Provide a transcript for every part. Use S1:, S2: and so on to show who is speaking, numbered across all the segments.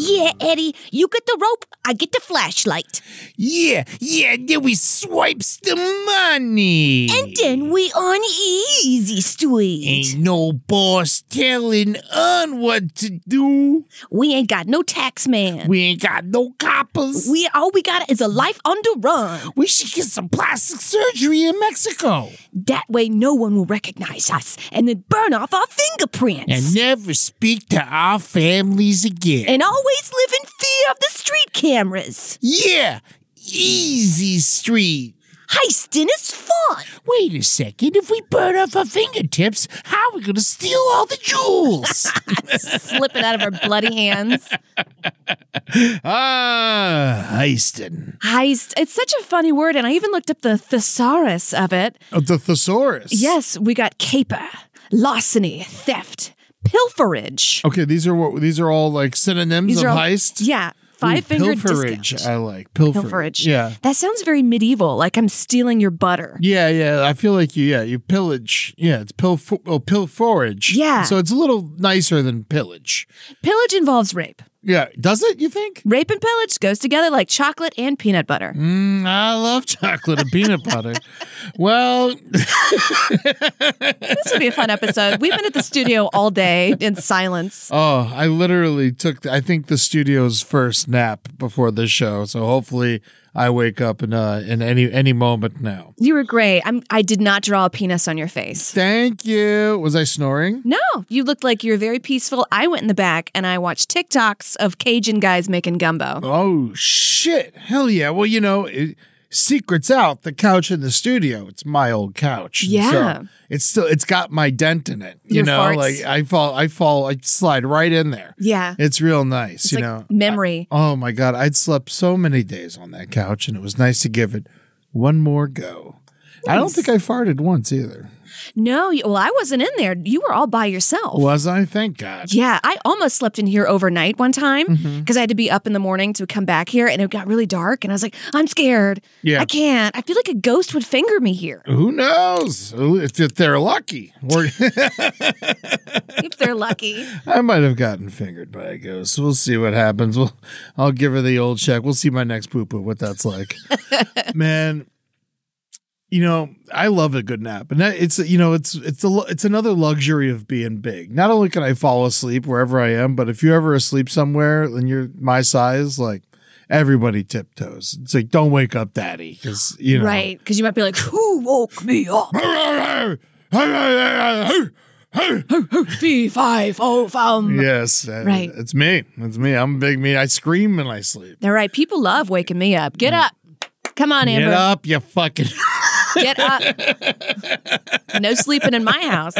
S1: Yeah, Eddie, you get the rope, I get the flashlight.
S2: Yeah, yeah, then we swipes the money.
S1: And then we on easy street.
S2: Ain't no boss telling on what to do.
S1: We ain't got no tax man.
S2: We ain't got no coppers.
S1: We all we got is a life on the run.
S2: We should get some plastic surgery in Mexico.
S1: That way no one will recognize us and then burn off our fingerprints.
S2: And never speak to our families again.
S1: and always live in fear of the street cameras.
S2: yeah, easy street.
S1: Heisting is fun.
S2: Wait a second, if we burn off our fingertips, how are we gonna steal all the jewels?
S1: Slipping out of our bloody hands.
S2: ah, Heiston.
S3: Heist. It's such a funny word, and I even looked up the thesaurus of it.
S2: the thesaurus.
S3: Yes, we got caper, larceny, theft, pilferage.
S2: Okay, these are what these are all like synonyms
S3: These
S2: of
S3: are all-
S2: heist.
S3: Yeah,
S2: Ooh,
S3: five finger
S2: pilferage.
S3: discount.
S2: I like pilferage.
S3: pilferage.
S2: Yeah.
S3: that sounds very medieval. Like I'm stealing your butter.
S2: Yeah, yeah. I feel like you. Yeah, you pillage. Yeah, it's pilf. Oh, pilforage.
S3: Yeah.
S2: So it's a little nicer than pillage.
S3: Pillage involves rape.
S2: Yeah. Does it? You think?
S3: Rape and pillage goes together like chocolate and peanut butter.
S2: Mm, I love chocolate and peanut butter. Well,
S3: This would be a fun episode. We've been at the studio all day in silence.
S2: oh, I literally took. I think the studio's first nap before the show. So hopefully, I wake up in uh, in any any moment now.
S3: You were great. I'm, I did not draw a penis on your face.
S2: Thank you. Was I snoring?
S3: No, you looked like you were very peaceful. I went in the back and I watched TikToks of Cajun guys making gumbo.
S2: Oh shit! Hell yeah! Well, you know, it, secrets out the couch in the studio. It's my old couch. and
S3: Yeah.
S2: so it's still it's got my dent in it. You
S3: Your
S2: know,
S3: farts.
S2: like I fall, I fall, I slide right in there.
S3: Yeah.
S2: It's real nice.
S3: It's
S2: you
S3: like
S2: know,
S3: memory.
S2: oh my god, I'd slept so many days on that couch, and it was nice to give it one more go. I don't think I farted once either.
S3: No, you, well, I wasn't in there. You were all by yourself.
S2: Was I? Thank God.
S3: Yeah, I almost slept in here overnight one time because
S2: Mm-hmm.
S3: I had to be up in the morning to come back here and it got really dark and I was like, I'm scared.
S2: Yeah.
S3: I can't. I feel like a ghost would finger me here
S2: Who knows? If if they're lucky, or
S3: if they're lucky.
S2: I might have gotten fingered by a ghost. We'll see what happens. We'll, I'll give her the old check. We'll see my next poo poo, what that's like. Man, you know, I love a good nap, and that, it's you know, it's it's a, lu- it's another luxury of being big. Not only can I fall asleep wherever I am, but if you're ever asleep somewhere and you're my size, like everybody tiptoes. It's like don't wake up, daddy, because you know,
S3: Right. Because you might be like, who woke me up? V505.
S2: Yes, uh,
S3: Right.
S2: It's me. It's me. I'm a big me. I scream when I sleep.
S3: All right, people love waking me up. Get up. Come on,
S2: Mm. Get
S3: Amber.
S2: up, you fucking.
S3: Get up. no sleeping in my house.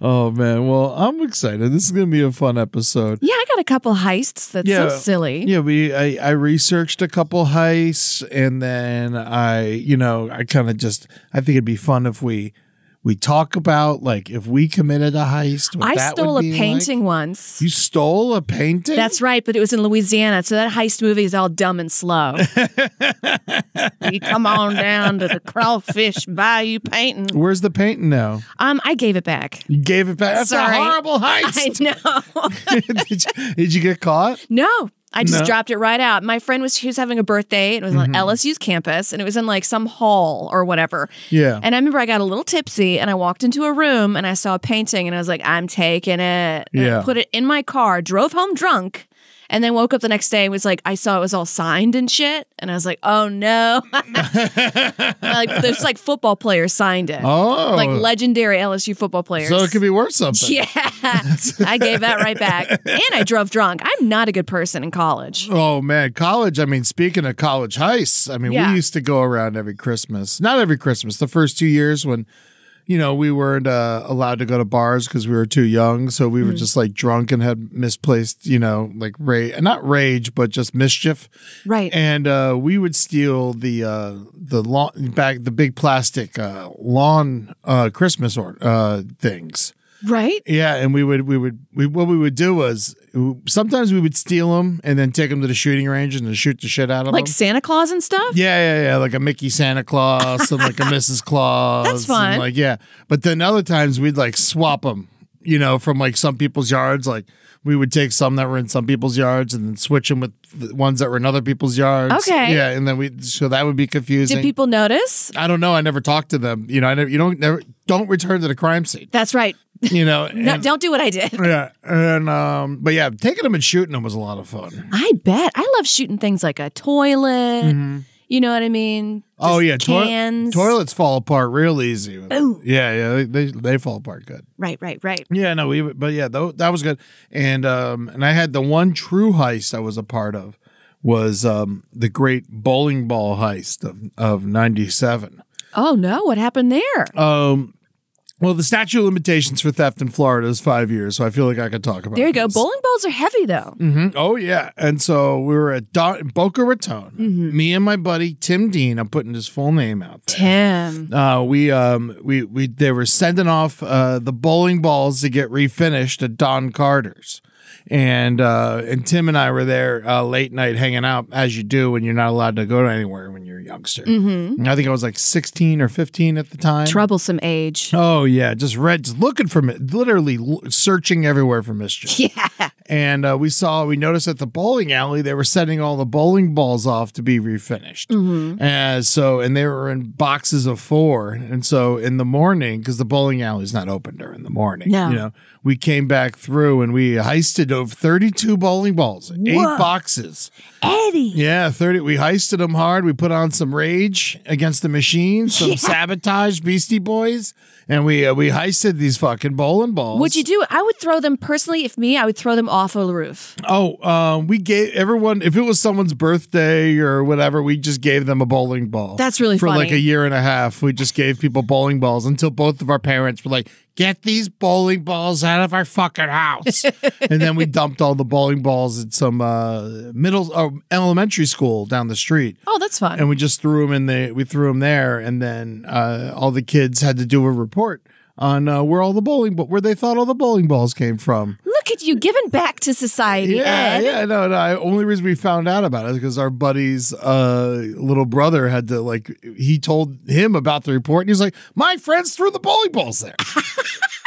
S2: oh man, well I'm excited. This is gonna be a fun episode.
S3: Yeah, I got a couple heists. That's
S2: Yeah.
S3: so silly.
S2: Yeah, we I, I researched a couple heists, and then I you know I kind of just I think it'd be fun if we We talk about like if we committed a heist. What
S3: I
S2: that
S3: stole a
S2: would be
S3: painting
S2: Like.
S3: once.
S2: You stole a painting.
S3: That's right, but it was in Louisiana, so that heist movie is all dumb and slow. we come on down to the crawfish bayou painting.
S2: Where's the painting now?
S3: Um, I gave it back.
S2: You gave it back. That's
S3: Sorry.
S2: a horrible
S3: I
S2: heist.
S3: know.
S2: did, you, did you get caught?
S3: No. I just
S2: No? Mm-hmm.
S3: dropped it right out. My friend was she was having a birthday and it was on LSU's campus and it was in like some hall or whatever.
S2: Yeah.
S3: And I remember I got a little tipsy and I walked into a room and I saw a painting and I was like, I'm taking it. And I
S2: Yeah.
S3: put it in my car, drove home drunk, and then woke up the next day and was like, I saw it was all signed and shit. And I was like, oh no. like there's like football players signed it.
S2: Oh.
S3: Like legendary LSU football players.
S2: so it could be worth something.
S3: Yeah. I gave that right back. And I drove drunk. I'm not a good person in college.
S2: Oh man, college. I mean, speaking of college heists, I mean,
S3: Yeah.
S2: we used to go around every Christmas. Not every Christmas. The first two years when, you know, we weren't uh, allowed to go to bars because we were too young, so we were
S3: Hmm.
S2: just like drunk and had misplaced, you know, like rage, not rage, but just mischief.
S3: Right.
S2: And uh, we would steal the uh, the lawn back the big plastic uh, lawn uh, Christmas or uh, things.
S3: right?
S2: Yeah, and we would we would we what we would do was sometimes we would steal them and then take them to the shooting range and then shoot the shit out of
S3: Like
S2: them.
S3: Santa Claus and stuff?
S2: Yeah, yeah, yeah, like a Mickey Santa Claus and like a Mrs. Claus.
S3: That's
S2: and,
S3: fun.
S2: Like yeah, but then other times we'd like swap them. You know, from like some people's yards, like we would take some that were in some people's yards and then switch them with the ones that were in other people's yards.
S3: Okay.
S2: Yeah, and then we so that would be confusing.
S3: Did people notice?
S2: I don't know. I never talked to them. You know, I never. You don't never don't return to the crime scene.
S3: That's right.
S2: You know,
S3: No,
S2: and-
S3: don't do what I did.
S2: yeah, and um, but yeah, taking them and shooting them was a lot of fun.
S3: I bet. I love shooting things like a toilet. You know what I mean?
S2: Mm-hmm. oh
S3: Just
S2: yeah, toi-
S3: cans.
S2: toilets fall apart real easy. Yeah, yeah, they, they they fall apart good.
S3: Right, right, right.
S2: Yeah, no, we would- but yeah, tho- that was good. And um, and I had the one true heist I was a part of was um the great bowling ball heist of of '97.
S3: Oh no, what happened there?
S2: Um. Well, the statute of limitations for theft in Florida is five years, so I feel like I could talk about.
S3: there you go.
S2: this.
S3: Bowling balls are heavy though.
S2: hmm Oh yeah, and so we were at Do- Boca Raton. Me and my buddy Tim Dean. I'm putting his full name out there.
S3: Tim.
S2: Uh, we um we we they were sending off uh, the bowling balls to get refinished at Don Carter's, and uh, and Tim and I were there uh, late night hanging out as you do when you're not allowed to go anywhere when you're a youngster. And I think I was like 16 or 15 at the time.
S3: Troublesome age.
S2: Oh yeah, just red, just looking for mi- literally l- searching everywhere for mischief. Yeah, and uh, we saw, we noticed at the bowling alley they were sending all the bowling balls off to be refinished. And so, and they were in boxes of four. And so, in the morning, because the bowling alley's not open during the morning,
S3: No.
S2: you know, we came back through and we heisted over thirty-two bowling balls, eight boxes.
S1: Eddie.
S2: Yeah, 30. We heisted them hard. We put on some rage against the machine, some sabotage, Beastie Boys, and we uh, we heisted these fucking bowling balls.
S3: Would you do? I would throw them personally. If me, I would throw them off a roof.
S2: Oh, um, we gave everyone, if it was someone's birthday or whatever, we just gave them a bowling ball.
S3: That's really
S2: For like
S3: funny.
S2: a year and a half, we just gave people bowling balls until both of our parents were like, get these bowling balls out of our fucking house. and then we dumped all the bowling balls at some uh, middle or elementary school down the street.
S3: Oh, that's fun.
S2: and we just threw them in the we threw them there and then uh, all the kids had to do a report on uh, where all the bowling but where they thought all the bowling balls came from
S3: Look at you giving back to society,
S2: yeah
S3: Ed.
S2: yeah no no I, only reason we found out about it is because our buddy's uh, little brother had to like he told him about the report and he's like my friends threw the bowling balls there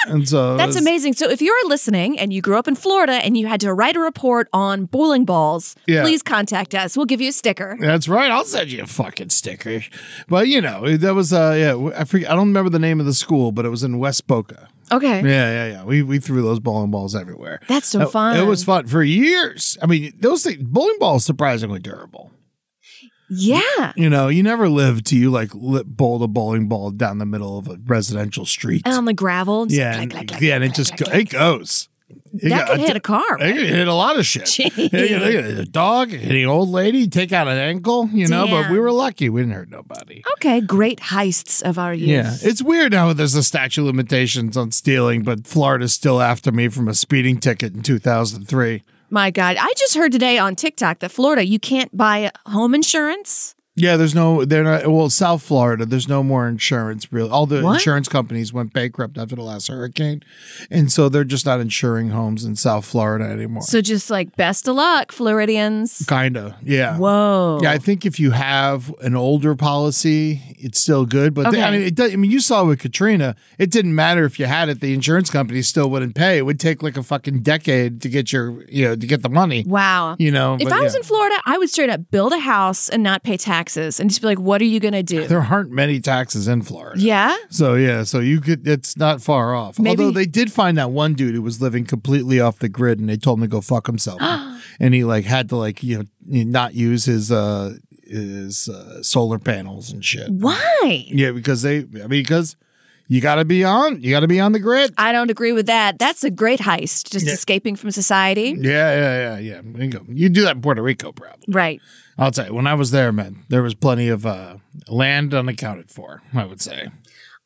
S2: and so it
S3: That's
S2: was-
S3: amazing. So, if you're listening and you grew up in Florida and you had to write a report on bowling balls,
S2: Yeah.
S3: please contact us. We'll give you a sticker.
S2: That's right. I'll send you a fucking sticker. But you know, that was uh yeah, I forget I don't remember the name of the school, but it was in West Boca.
S3: Okay.
S2: Yeah, yeah, yeah. We we threw those bowling balls everywhere.
S3: That's so
S2: It-
S3: fun.
S2: It was fun for years. I mean, those things, bowling balls surprisingly durable.
S3: Yeah.
S2: You know, you never live till you like li- bowl a bowling ball down the middle of a residential street.
S3: And on the gravel. just
S2: yeah,
S3: clack,
S2: and,
S3: clack, clack,
S2: yeah, and it
S3: clack,
S2: just
S3: clack,
S2: go,
S3: clack.
S2: it goes. It
S3: That
S2: go-
S3: could hit a car,
S2: It could hit a lot of shit. It could- it could hit a dog, it could hit an old lady, take out an ankle. You know, but we
S3: Damn.
S2: were lucky; we didn't hurt nobody.
S3: Okay. Great heists of our youth.
S2: Yeah, it's weird how there's a statute of limitations on stealing, but Florida's still after me from a speeding ticket in 2003.
S3: My God. I just heard today on TikTok that Florida, you can't buy home insurance
S2: Yeah, there's no, they're not, well, South Florida, there's no more insurance really. All the
S3: What?
S2: insurance companies went bankrupt after the last hurricane. And so they're just not insuring homes in South Florida anymore.
S3: So just like best of luck, Floridians.
S2: Kinda. Yeah.
S3: Whoa.
S2: Yeah, I think if you have an older policy, it's still good. But they- I
S3: Okay.
S2: mean, it does, I mean, you saw with Katrina, it didn't matter if you had it; the insurance company still wouldn't pay. It would take like a fucking decade to get your, you know, to get the money.
S3: Wow.
S2: You know,
S3: if
S2: but
S3: I was
S2: yeah.
S3: in Florida, I would straight up build a house and not pay taxes and just be like, what are you going to do?
S2: There aren't many taxes in Florida.
S3: yeah.
S2: So yeah, so you could. It's not far off.
S3: Maybe-
S2: Although they did find that one dude who was living completely off the grid, and they told him to go fuck himself, and he like had to like you know not use his uh his uh, solar panels and shit.
S3: Why?
S2: Yeah, because they I mean, because you got to be on you got to be on the grid.
S3: I don't agree with that. That's a great heist, just escaping from society.
S2: Yeah, yeah, yeah, yeah. Bingo. You do that in Puerto Rico, probably.
S3: Right.
S2: I'll tell you. When I was there, man, there was plenty of uh, land unaccounted for. I would say.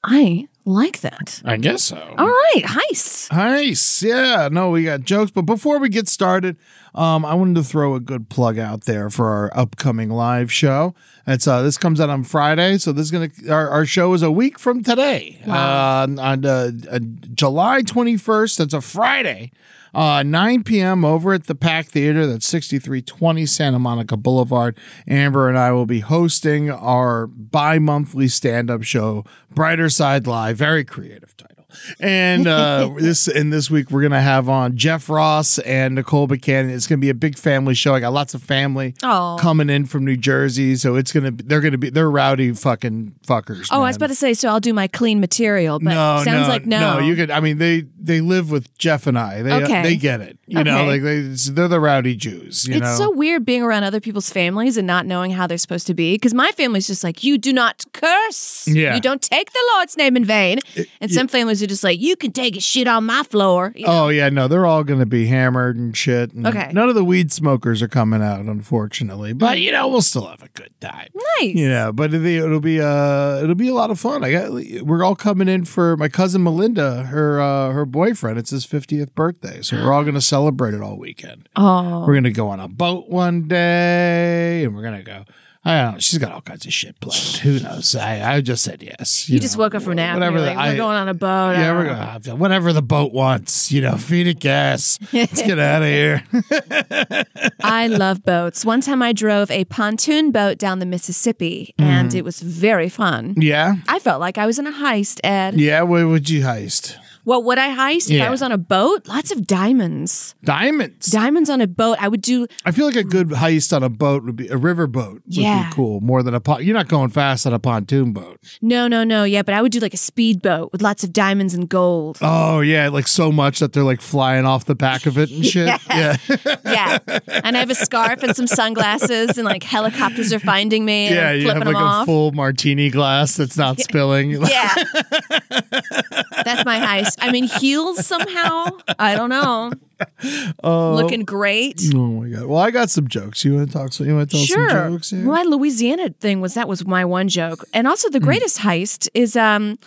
S3: I like that.
S2: I guess so.
S3: All right, heists.
S2: Nice. Yeah. No, we got jokes. But before we get started, um, I wanted to throw a good plug out there for our upcoming live show. It's uh, this comes out on Friday, so this is gonna our, our show is a week from today, uh, on- on uh, uh, July twenty first. That's a Friday. Uh, 9 p.m. over at the Pack Theater. That's 6320 Santa Monica Boulevard. Amber and I will be hosting our bi monthly stand up show, Brighter Side Live. Very creative title. And uh, this and this week we're gonna have on Jeff Ross and Nicole Buchanan. It's gonna be a big family show. I got lots of family
S3: Aw.
S2: coming in from New Jersey, so it's gonna be, they're gonna be they're rowdy fucking fuckers.
S3: Oh, I was
S2: man
S3: about to say, so I'll do my clean material, but sounds like no.
S2: you could. I mean, they they live with Jeff and I. They
S3: Okay.
S2: they get it. You know,
S3: Okay.
S2: like they they're the rowdy Jews. You
S3: it's
S2: know,
S3: so weird being around other people's families and not knowing how they're supposed to be. Because my family's just like, you do not curse.
S2: Yeah.
S3: You don't take the Lord's name in vain. And some families are just like, you can take a shit on my floor. You know?
S2: Oh yeah, no, they're all going to be hammered and shit. and
S3: Okay. Mm.
S2: none of the weed smokers are coming out, unfortunately. But you know, we'll still have a good time.
S3: Nice.
S2: You know, but it'll be, it'll be uh it'll be a lot of fun. I got we're all coming in for my cousin Melinda, her uh, her boyfriend. It's his fiftieth birthday, so we're all going to celebrate it all weekend.
S3: Oh.
S2: We're gonna go on a boat one day, and we're gonna go. I don't know. She's got all kinds of shit planned. Who knows? I, I just said yes.
S3: You just woke up from a nap. and
S2: Whatever.
S3: you're
S2: the-
S3: like, we're
S2: I-
S3: going on a boat. Uh,
S2: yeah,
S3: I
S2: we're
S3: don't know.
S2: gonna whatever the boat wants. You know, feed it gas. Let's get out of here.
S3: I love boats. One time I drove a pontoon boat down the Mississippi, and it was very fun.
S2: Mm. yeah,
S3: I felt like I was in a heist, Ed.
S2: yeah. What would you heist?
S3: What would I heist if
S2: Yeah.
S3: I was on a boat? Lots of diamonds.
S2: Diamonds.
S3: Diamonds on a boat. I would do
S2: I feel like a good heist on a boat would be a river boat. Would
S3: Yeah.
S2: be cool more than a pon. You're not going fast on a pontoon boat.
S3: no, no, no. Yeah, but I would do like a speedboat with lots of diamonds and gold.
S2: Oh yeah, like so much that they're like flying off the back of it and shit. yeah.
S3: Yeah, and I have a scarf and some sunglasses, and like helicopters are finding me. And
S2: Yeah,
S3: I'm
S2: you
S3: flipping
S2: have like
S3: them
S2: a
S3: off.
S2: full martini glass that's not spilling.
S3: yeah, that's my heist. I'm in heels somehow. I don't know. Looking great.
S2: Oh my god. Well, I got some jokes. You want to talk? So you want to tell
S3: sure.
S2: some jokes? here? Hmm.
S3: My Louisiana thing was that was my one joke, and also the greatest heist is um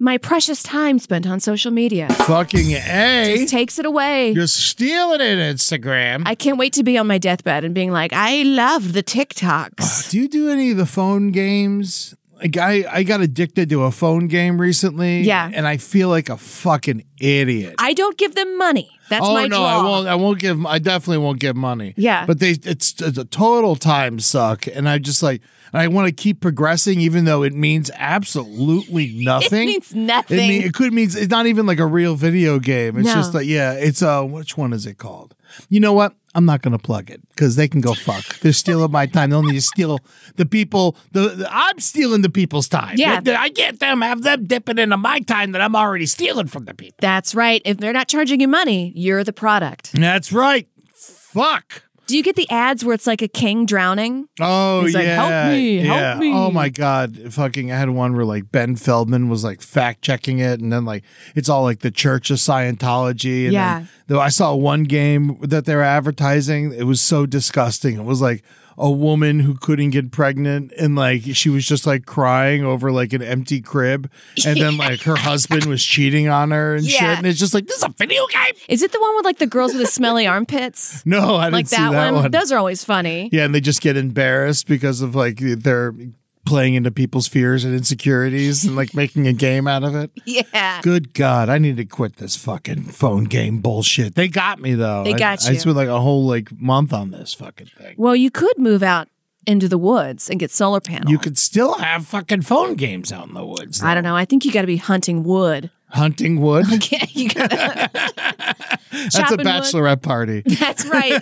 S3: my precious time spent on social media.
S2: Fucking a.
S3: Just takes it away.
S2: You're stealing it, Instagram.
S3: I can't wait to be on my deathbed and being like, I love the TikToks.
S2: Uh, Do you do any of the phone games? Like I, I got addicted to a phone game recently.
S3: Yeah.
S2: And I feel like a fucking idiot.
S3: I don't give them money. That's
S2: oh
S3: my
S2: no,
S3: draw.
S2: I won't. I won't give. I definitely won't give money.
S3: Yeah.
S2: but they it's, it's a total time suck, and I just like I want to keep progressing, even though it means absolutely nothing.
S3: means nothing.
S2: It, it could mean it's not even like a real video game. It's
S3: No.
S2: just like yeah, it's uh, which one is it called? You know what? I'm not gonna plug it because they can go fuck. They're stealing my time. They'll need to steal the people. The, the- I'm stealing the people's time.
S3: Yeah.
S2: I, I get them. Have them dipping into my time that I'm already stealing from the people.
S3: That's right. If they're not charging you money, you're the product.
S2: That's right. Fuck.
S3: Do you get the ads where it's like a king drowning?
S2: Oh
S3: He's
S2: yeah,
S3: like, "Help me, help
S2: yeah.
S3: me."
S2: Oh my god, fucking! I had one where like Ben Feldman was like fact checking it, and then like it's all like the Church of Scientology. And
S3: Yeah.
S2: then, though I saw one game that they were advertising, it was so disgusting. It was like. a woman who couldn't get pregnant and like she was just like crying over like an empty crib and then like her husband was cheating on her and
S3: Yeah.
S2: shit and it's just like this is a video game.
S3: Is it the one with like the girls with the smelly armpits?
S2: No, I didn't
S3: like
S2: see
S3: that,
S2: that one.
S3: Those are always funny.
S2: Yeah, and they just get embarrassed because of like they're playing into people's fears and insecurities and like making a game out of it.
S3: Yeah.
S2: Good God, I need to quit this fucking phone game bullshit. They got me though.
S3: They
S2: I-
S3: got
S2: I
S3: you.
S2: spent like a whole like month on this fucking thing.
S3: Well, you could move out into the woods and get solar panels.
S2: You could still have fucking phone games out in the woods.
S3: I don't know. I think you got to be hunting wood.
S2: Hunting wood.
S3: Yeah, you gotta,
S2: That's a
S3: chopping wood.
S2: bachelorette party.
S3: that's right.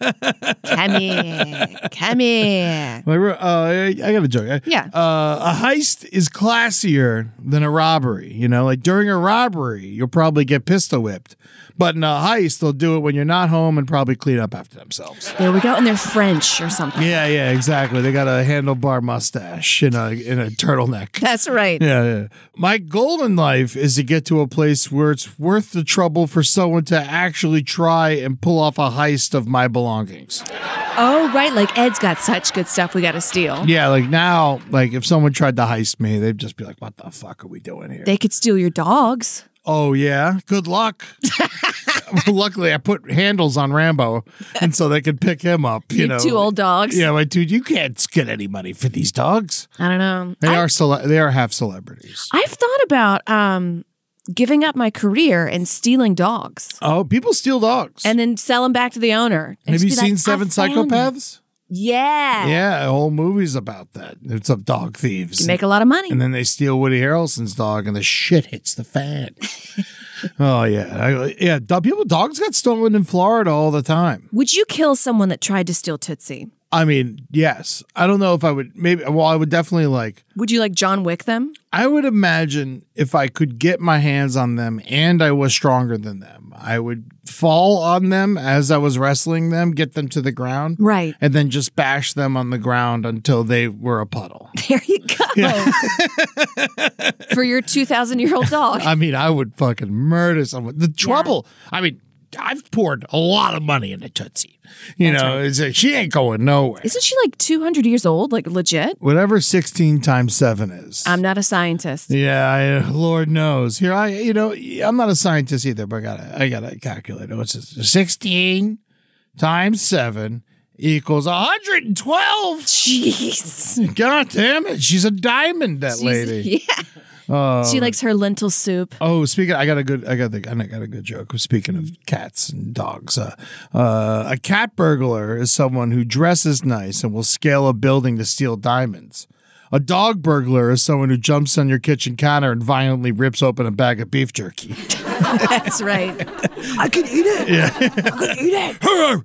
S3: come here, come here.
S2: Like, uh, I I got a joke. I-
S3: Yeah.
S2: Uh, a heist is classier than a robbery. You know, like during a robbery, you'll probably get pistol whipped. But in a heist, they'll do it when you're not home and probably clean up after themselves.
S3: There we go. And they're French or something.
S2: Yeah, yeah, exactly. They got a handlebar mustache and a, and a turtleneck.
S3: That's right.
S2: Yeah, yeah. My goal in life is to get to a place where it's worth the trouble for someone to actually try and pull off a heist of my belongings.
S3: Oh, right. Like Ed's got such good stuff we got to steal.
S2: Yeah, like now, like if someone tried to heist me, they'd just be like, "What the fuck are we doing here?"
S3: They could steal your dogs.
S2: oh yeah, good luck. Luckily, I put handles on Rambo, and so they could pick him up. You
S3: Your
S2: know,
S3: two old dogs.
S2: Yeah, like dude, you can't get any money for these dogs.
S3: I don't know.
S2: They
S3: I,
S2: are cele- they are half celebrities.
S3: I've thought about um, giving up my career and stealing dogs
S2: oh, people steal dogs.
S3: and then sell them back to the owner. And
S2: have
S3: just
S2: you
S3: be like,
S2: seen
S3: "I
S2: Seven
S3: found it."
S2: Psychopaths?
S3: Yeah.
S2: Yeah, whole movies about that. It's of dog
S3: You
S2: thieves.
S3: make a lot of money.
S2: and then they steal Woody Harrelson's dog, and the shit hits the fan. oh yeah, I, yeah. do- people, dogs got stolen in Florida all the time.
S3: Would you kill someone that tried to steal Tootsie?
S2: I mean, yes. I don't know if I would. Maybe. Well, I would definitely like.
S3: Would you like John Wick them?
S2: I would imagine if I could get my hands on them and I was stronger than them, I would fall on them as I was wrestling them, get them to the ground,
S3: Right.
S2: and then just bash them on the ground until they were a puddle.
S3: There you go. For your 2,000 year old dog.
S2: I mean, I would fucking murder someone. The trouble, I mean, I've poured a lot of money into Tootsie. You know, it's like, she ain't going nowhere.
S3: Isn't she like 200 years old? Like legit?
S2: Whatever 16 times 7 is.
S3: I'm not a scientist.
S2: yeah, I, Lord knows. Here, I, you know, I'm not a scientist either, but I gotta, I gotta calculate it. What's this? 16 times 7 equals 112.
S3: Jeez.
S2: God damn it. She's a diamond, that lady.
S3: Yeah. she likes her lentil soup.
S2: Oh, speaking, I got a good, I got the, I got a good joke. Speaking of cats and dogs, uh, uh, a cat burglar is someone who dresses nice and will scale a building to steal diamonds. A dog burglar is someone who jumps on your kitchen counter and violently rips open a bag of beef jerky.
S3: That's right.
S1: I could eat it. I could eat it.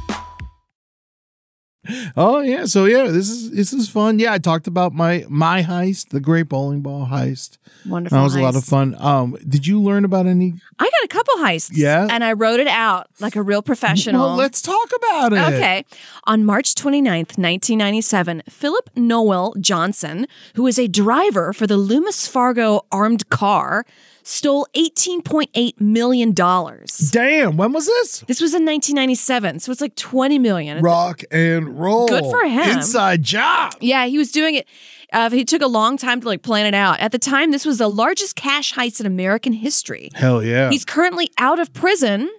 S2: oh yeah, so yeah, this is this is fun. Yeah, I talked about my my heist, the great bowling ball heist.
S3: Wonderful.
S2: That was a lot of
S3: heist.
S2: fun. Um, did you learn about any?
S3: I got a couple heists.
S2: Yeah?
S3: And I wrote it out like a real professional.
S2: Well, let's talk about it.
S3: Okay. On March 29th, 1997, Philip Noel Johnson, who is a driver for the Loomis Fargo armed car, stole $18.8 million. This
S2: Damn, when was this?
S3: was in 1997, so it's like 20 million. It's-
S2: rock and roll.
S3: Good for him.
S2: Inside job.
S3: Yeah, he was doing it. Uh, he took a long time to like plan it out. At the time, this was the largest cash heist in American history.
S2: Hell yeah.
S3: He's currently out of prison.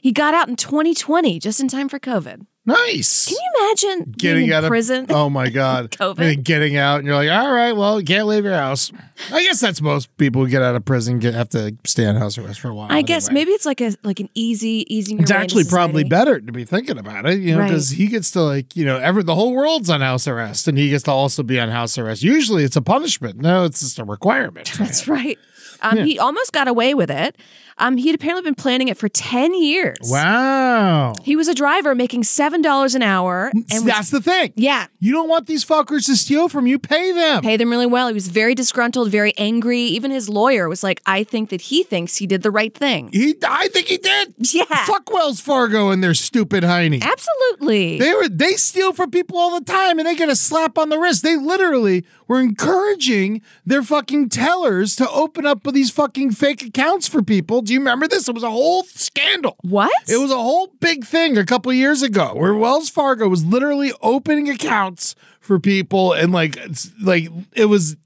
S3: He got out in 2020, just in time for COVID.
S2: Nice.
S3: Can you imagine being in
S2: out
S3: prison?
S2: Of, oh my god.
S3: COVID.
S2: And then getting out and you're like, all right, well, you can't leave your house. I guess that's most people who get out of prison get have to stay on house arrest for a while.
S3: I guess
S2: anyway.
S3: maybe it's like a like an easy, easing. your
S2: It's
S3: way into
S2: actually probably
S3: society.
S2: better to be thinking about it, you know,
S3: Right.
S2: because he gets to like, you know, ever the whole world's on house arrest, and he gets to also be on house arrest. Usually, it's a punishment. No, it's just a requirement.
S3: That's right. Um, He almost got away with it. Um, he had apparently been planning it for ten years.
S2: Wow,
S3: He was a driver making seven dollars an hour, and was-
S2: that's the thing.
S3: yeah,
S2: You don't want these fuckers to steal from you. Pay them.
S3: pay them really well. He was very disgruntled, very angry. Even his lawyer was like, "I think that he thinks he did the right thing."
S2: He, I think he did.
S3: Yeah.
S2: Fuck Wells Fargo and their stupid hiney.
S3: Absolutely.
S2: They were they steal from people all the time and they get a slap on the wrist. They literally were encouraging their fucking tellers to open up these fucking fake accounts for people. Do you remember this? It was a whole scandal.
S3: what?
S2: It was a whole big thing a couple years ago where Wells Fargo was literally opening accounts for people and like it's- like it was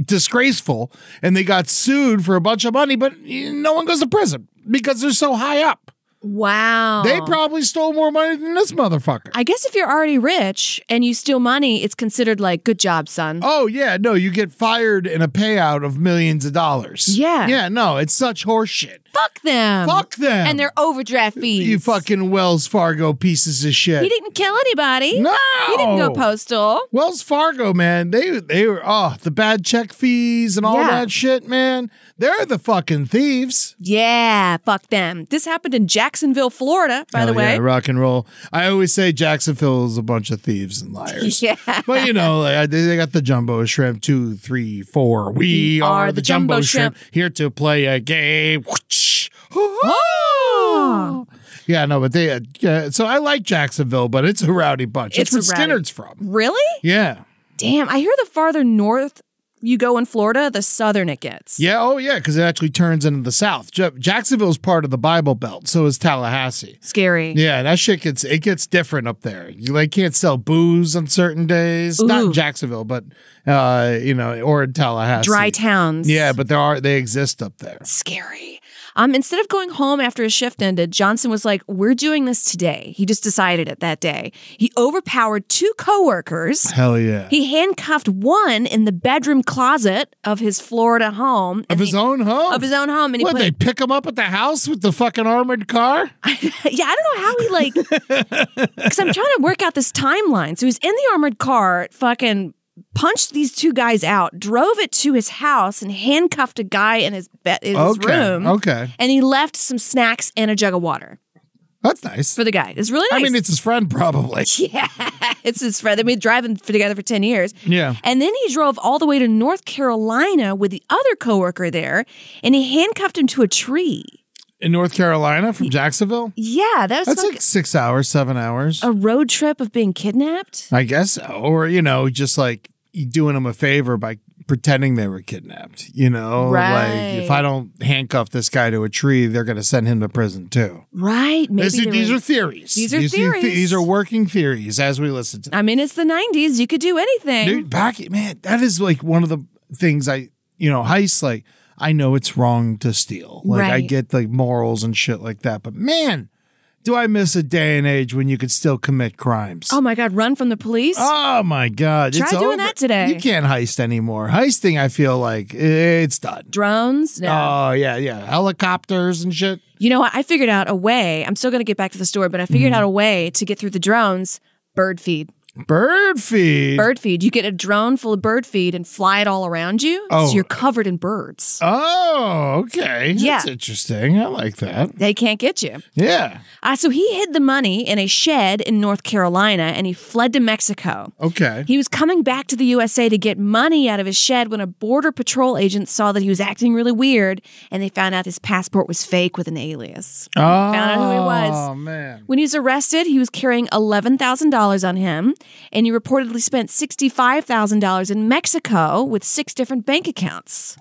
S2: disgraceful and they got sued for a bunch of money but no one goes to prison because they're so high up.
S3: wow.
S2: They probably stole more money than this motherfucker.
S3: I guess if you're already rich and you steal money, it's considered like good job, son.
S2: Oh yeah, no, you get fired in a payout of millions of dollars.
S3: Yeah.
S2: yeah, no, it's such horseshit.
S3: Fuck them.
S2: Fuck them.
S3: And their overdraft fees.
S2: you fucking Wells Fargo pieces of shit.
S3: He didn't kill anybody.
S2: No!
S3: He didn't go postal.
S2: Wells Fargo, man, they they were oh the bad check fees and all
S3: Yeah.
S2: that shit, man. They're the fucking thieves.
S3: Yeah, fuck them. This happened in Jacksonville, Florida, by the
S2: Hell yeah,
S3: way.
S2: rock and roll. I always say Jacksonville is a bunch of thieves and liars.
S3: Yeah.
S2: But you know, like, they, they got the jumbo shrimp. Two, three, four. We, are, the jumbo, shrimp. here to play a game. Whoosh. Hoo-hoo. Yeah, no, but they. Uh, yeah, so I like Jacksonville, but it's a rowdy bunch. It's,
S3: It's a
S2: where
S3: rowdy-
S2: Skinner's from.
S3: Really?
S2: Yeah,
S3: Damn, I hear the farther north you go in Florida, the southern it gets.
S2: yeah, oh yeah, because it actually turns into the South. Ja- Jacksonville's part of the Bible Belt, so is Tallahassee.
S3: Scary.
S2: Yeah, that shit gets it gets different up there. You like can't sell booze on certain days. Not in
S3: Ooh.
S2: Jacksonville, but uh, you know, or in Tallahassee.
S3: Dry towns.
S2: Yeah, but there are they exist up there.
S3: scary. Um, instead of going home after his shift ended, Johnson was like, "We're doing this today." He just decided it that day. He overpowered two coworkers.
S2: Hell yeah.
S3: He handcuffed one in the bedroom closet of his Florida home.
S2: of
S3: and
S2: his
S3: he-
S2: own home.
S3: Of his own home, and he
S2: What,
S3: put-
S2: they pick him up at the house with the fucking armored car?
S3: yeah, I don't know how he like because I'm trying to work out this timeline. So he's in the armored car, fucking punched these two guys out, drove it to his house, and handcuffed a guy in his bed in his
S2: Okay,
S3: room.
S2: okay.
S3: and he left some snacks and a jug of water
S2: That's nice.
S3: for the guy. It's really nice.
S2: I mean, it's his friend probably.
S3: yeah, it's his friend. They've been driving for together for ten years.
S2: Yeah.
S3: and then he drove all the way to North Carolina with the other coworker there, and he handcuffed him to a tree.
S2: In North Carolina from Jacksonville?
S3: Yeah, that was
S2: That's
S3: like
S2: like six hours, seven hours.
S3: a road trip of being kidnapped.
S2: I guess. so. Or, you know, just like you doing them a favor by pretending they were kidnapped. You know, like if
S3: Right.
S2: I don't handcuff this guy to a tree, they're going to send him to prison too.
S3: Right? Maybe
S2: This-
S3: they
S2: these
S3: were-
S2: are theories.
S3: These are
S2: the-
S3: theories.
S2: these are working theories as we listen to
S3: I mean, it's the '90s. You could do anything.
S2: Dude, back man, that is like one of the things I you know, heist like I know it's wrong to steal. Like I
S3: Right.
S2: get like morals and shit like that, but man, do I miss a day and age when you could still commit crimes.
S3: oh my God! Run from the police.
S2: Oh my god.
S3: Try
S2: it's
S3: doing
S2: over.
S3: that today.
S2: You can't heist anymore. Heisting I feel like it's done.
S3: Drones. No.
S2: Oh yeah, yeah. Helicopters and shit.
S3: You know what? I figured out a way. I'm still going to get back to the story, but I
S2: Mm-hmm.
S3: figured out a way to get through the drones. Bird feed.
S2: Bird feed.
S3: Bird feed. You get a drone full of bird feed and fly it all around you.
S2: Oh.
S3: So you're covered in birds.
S2: Oh, okay.
S3: Yeah.
S2: That's interesting. I like that.
S3: They can't get you.
S2: Yeah.
S3: Uh, so he hid the money in a shed in North Carolina and he fled to Mexico.
S2: Okay.
S3: He was coming back to the USA to get money out of his shed when a Border Patrol agent saw that he was acting really weird and they found out his passport was fake with an alias.
S2: oh,
S3: out who he was.
S2: Oh man.
S3: When he was arrested, he was carrying $11,000 on him, and he reportedly spent $65,000 in Mexico with six different bank accounts.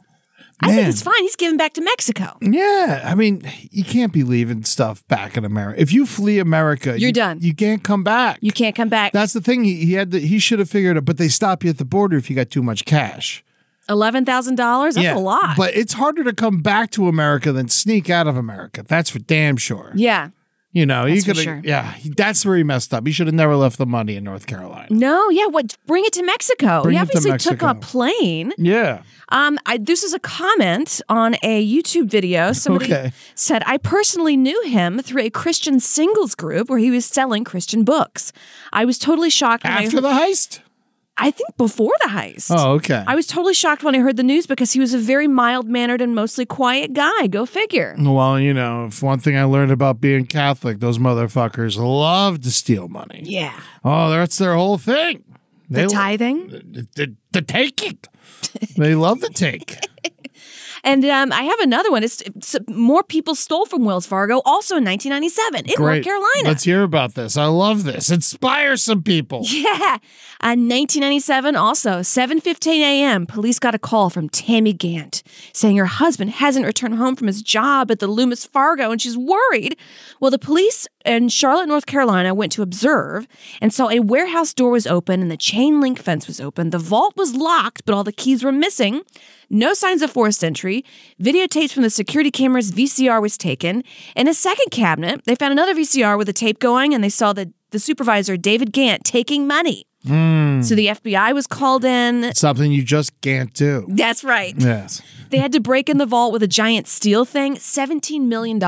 S3: I think
S2: Man.
S3: he's fine. He's giving back to Mexico.
S2: Yeah, I mean, you can't be leaving stuff back in America. If you flee America,
S3: You're
S2: you-
S3: done.
S2: You can't come back.
S3: You can't come back.
S2: That's the thing. He, he had. The, he should have figured it, but they stop you at the border if you got too much cash.
S3: $11,000? That's a lot.
S2: But it's harder to come back to America than sneak out of America. That's for damn sure.
S3: yeah.
S2: You know,
S3: That's
S2: he
S3: for
S2: could
S3: sure.
S2: have. Yeah, he- that's where he messed up. He should have never left the money in North Carolina.
S3: No, yeah, what? Bring it to Mexico.
S2: Bring
S3: he
S2: it to
S3: obviously took a
S2: Mexico.
S3: plane.
S2: Yeah.
S3: Um, I, this is a comment on a YouTube video. Somebody
S2: Okay.
S3: said, I personally knew him through a Christian singles group where he was selling Christian books. I was totally shocked. When I,
S2: After
S3: heard-
S2: the heist.
S3: I think before the heist.
S2: Oh, okay.
S3: I was totally shocked when I heard the news because he was a very mild mannered and mostly quiet guy. Go figure.
S2: well, you know, if one thing I learned about being Catholic, those motherfuckers love to steal money.
S3: Yeah.
S2: Oh, that's their whole thing. They
S3: The tithing.
S2: the, the, the taking. they love the take.
S3: And um, I have another one. It's, it's more people stole from Wells Fargo, also in 1997 in North Carolina.
S2: Let's hear about this. I love this. Inspire some people.
S3: yeah, uh, 1997. Also, 7:15 a.m. Police got a call from Tammy Gant saying her husband hasn't returned home from his job at the Loomis Fargo, and she's worried. Well, the police in Charlotte, North Carolina, went to observe and saw a warehouse door was open and the chain link fence was open. The vault was locked, but all the keys were missing. No signs of forced entry. Videotapes from the security cameras VCR was taken. In a second cabinet, they found another VCR with a tape going and they saw the, the supervisor, David Gant, taking money.
S2: Hmm.
S3: So the FBI was called in.
S2: Something you just can't do.
S3: That's right.
S2: Yes.
S3: They had to break in the vault with a giant steel thing, $17 million.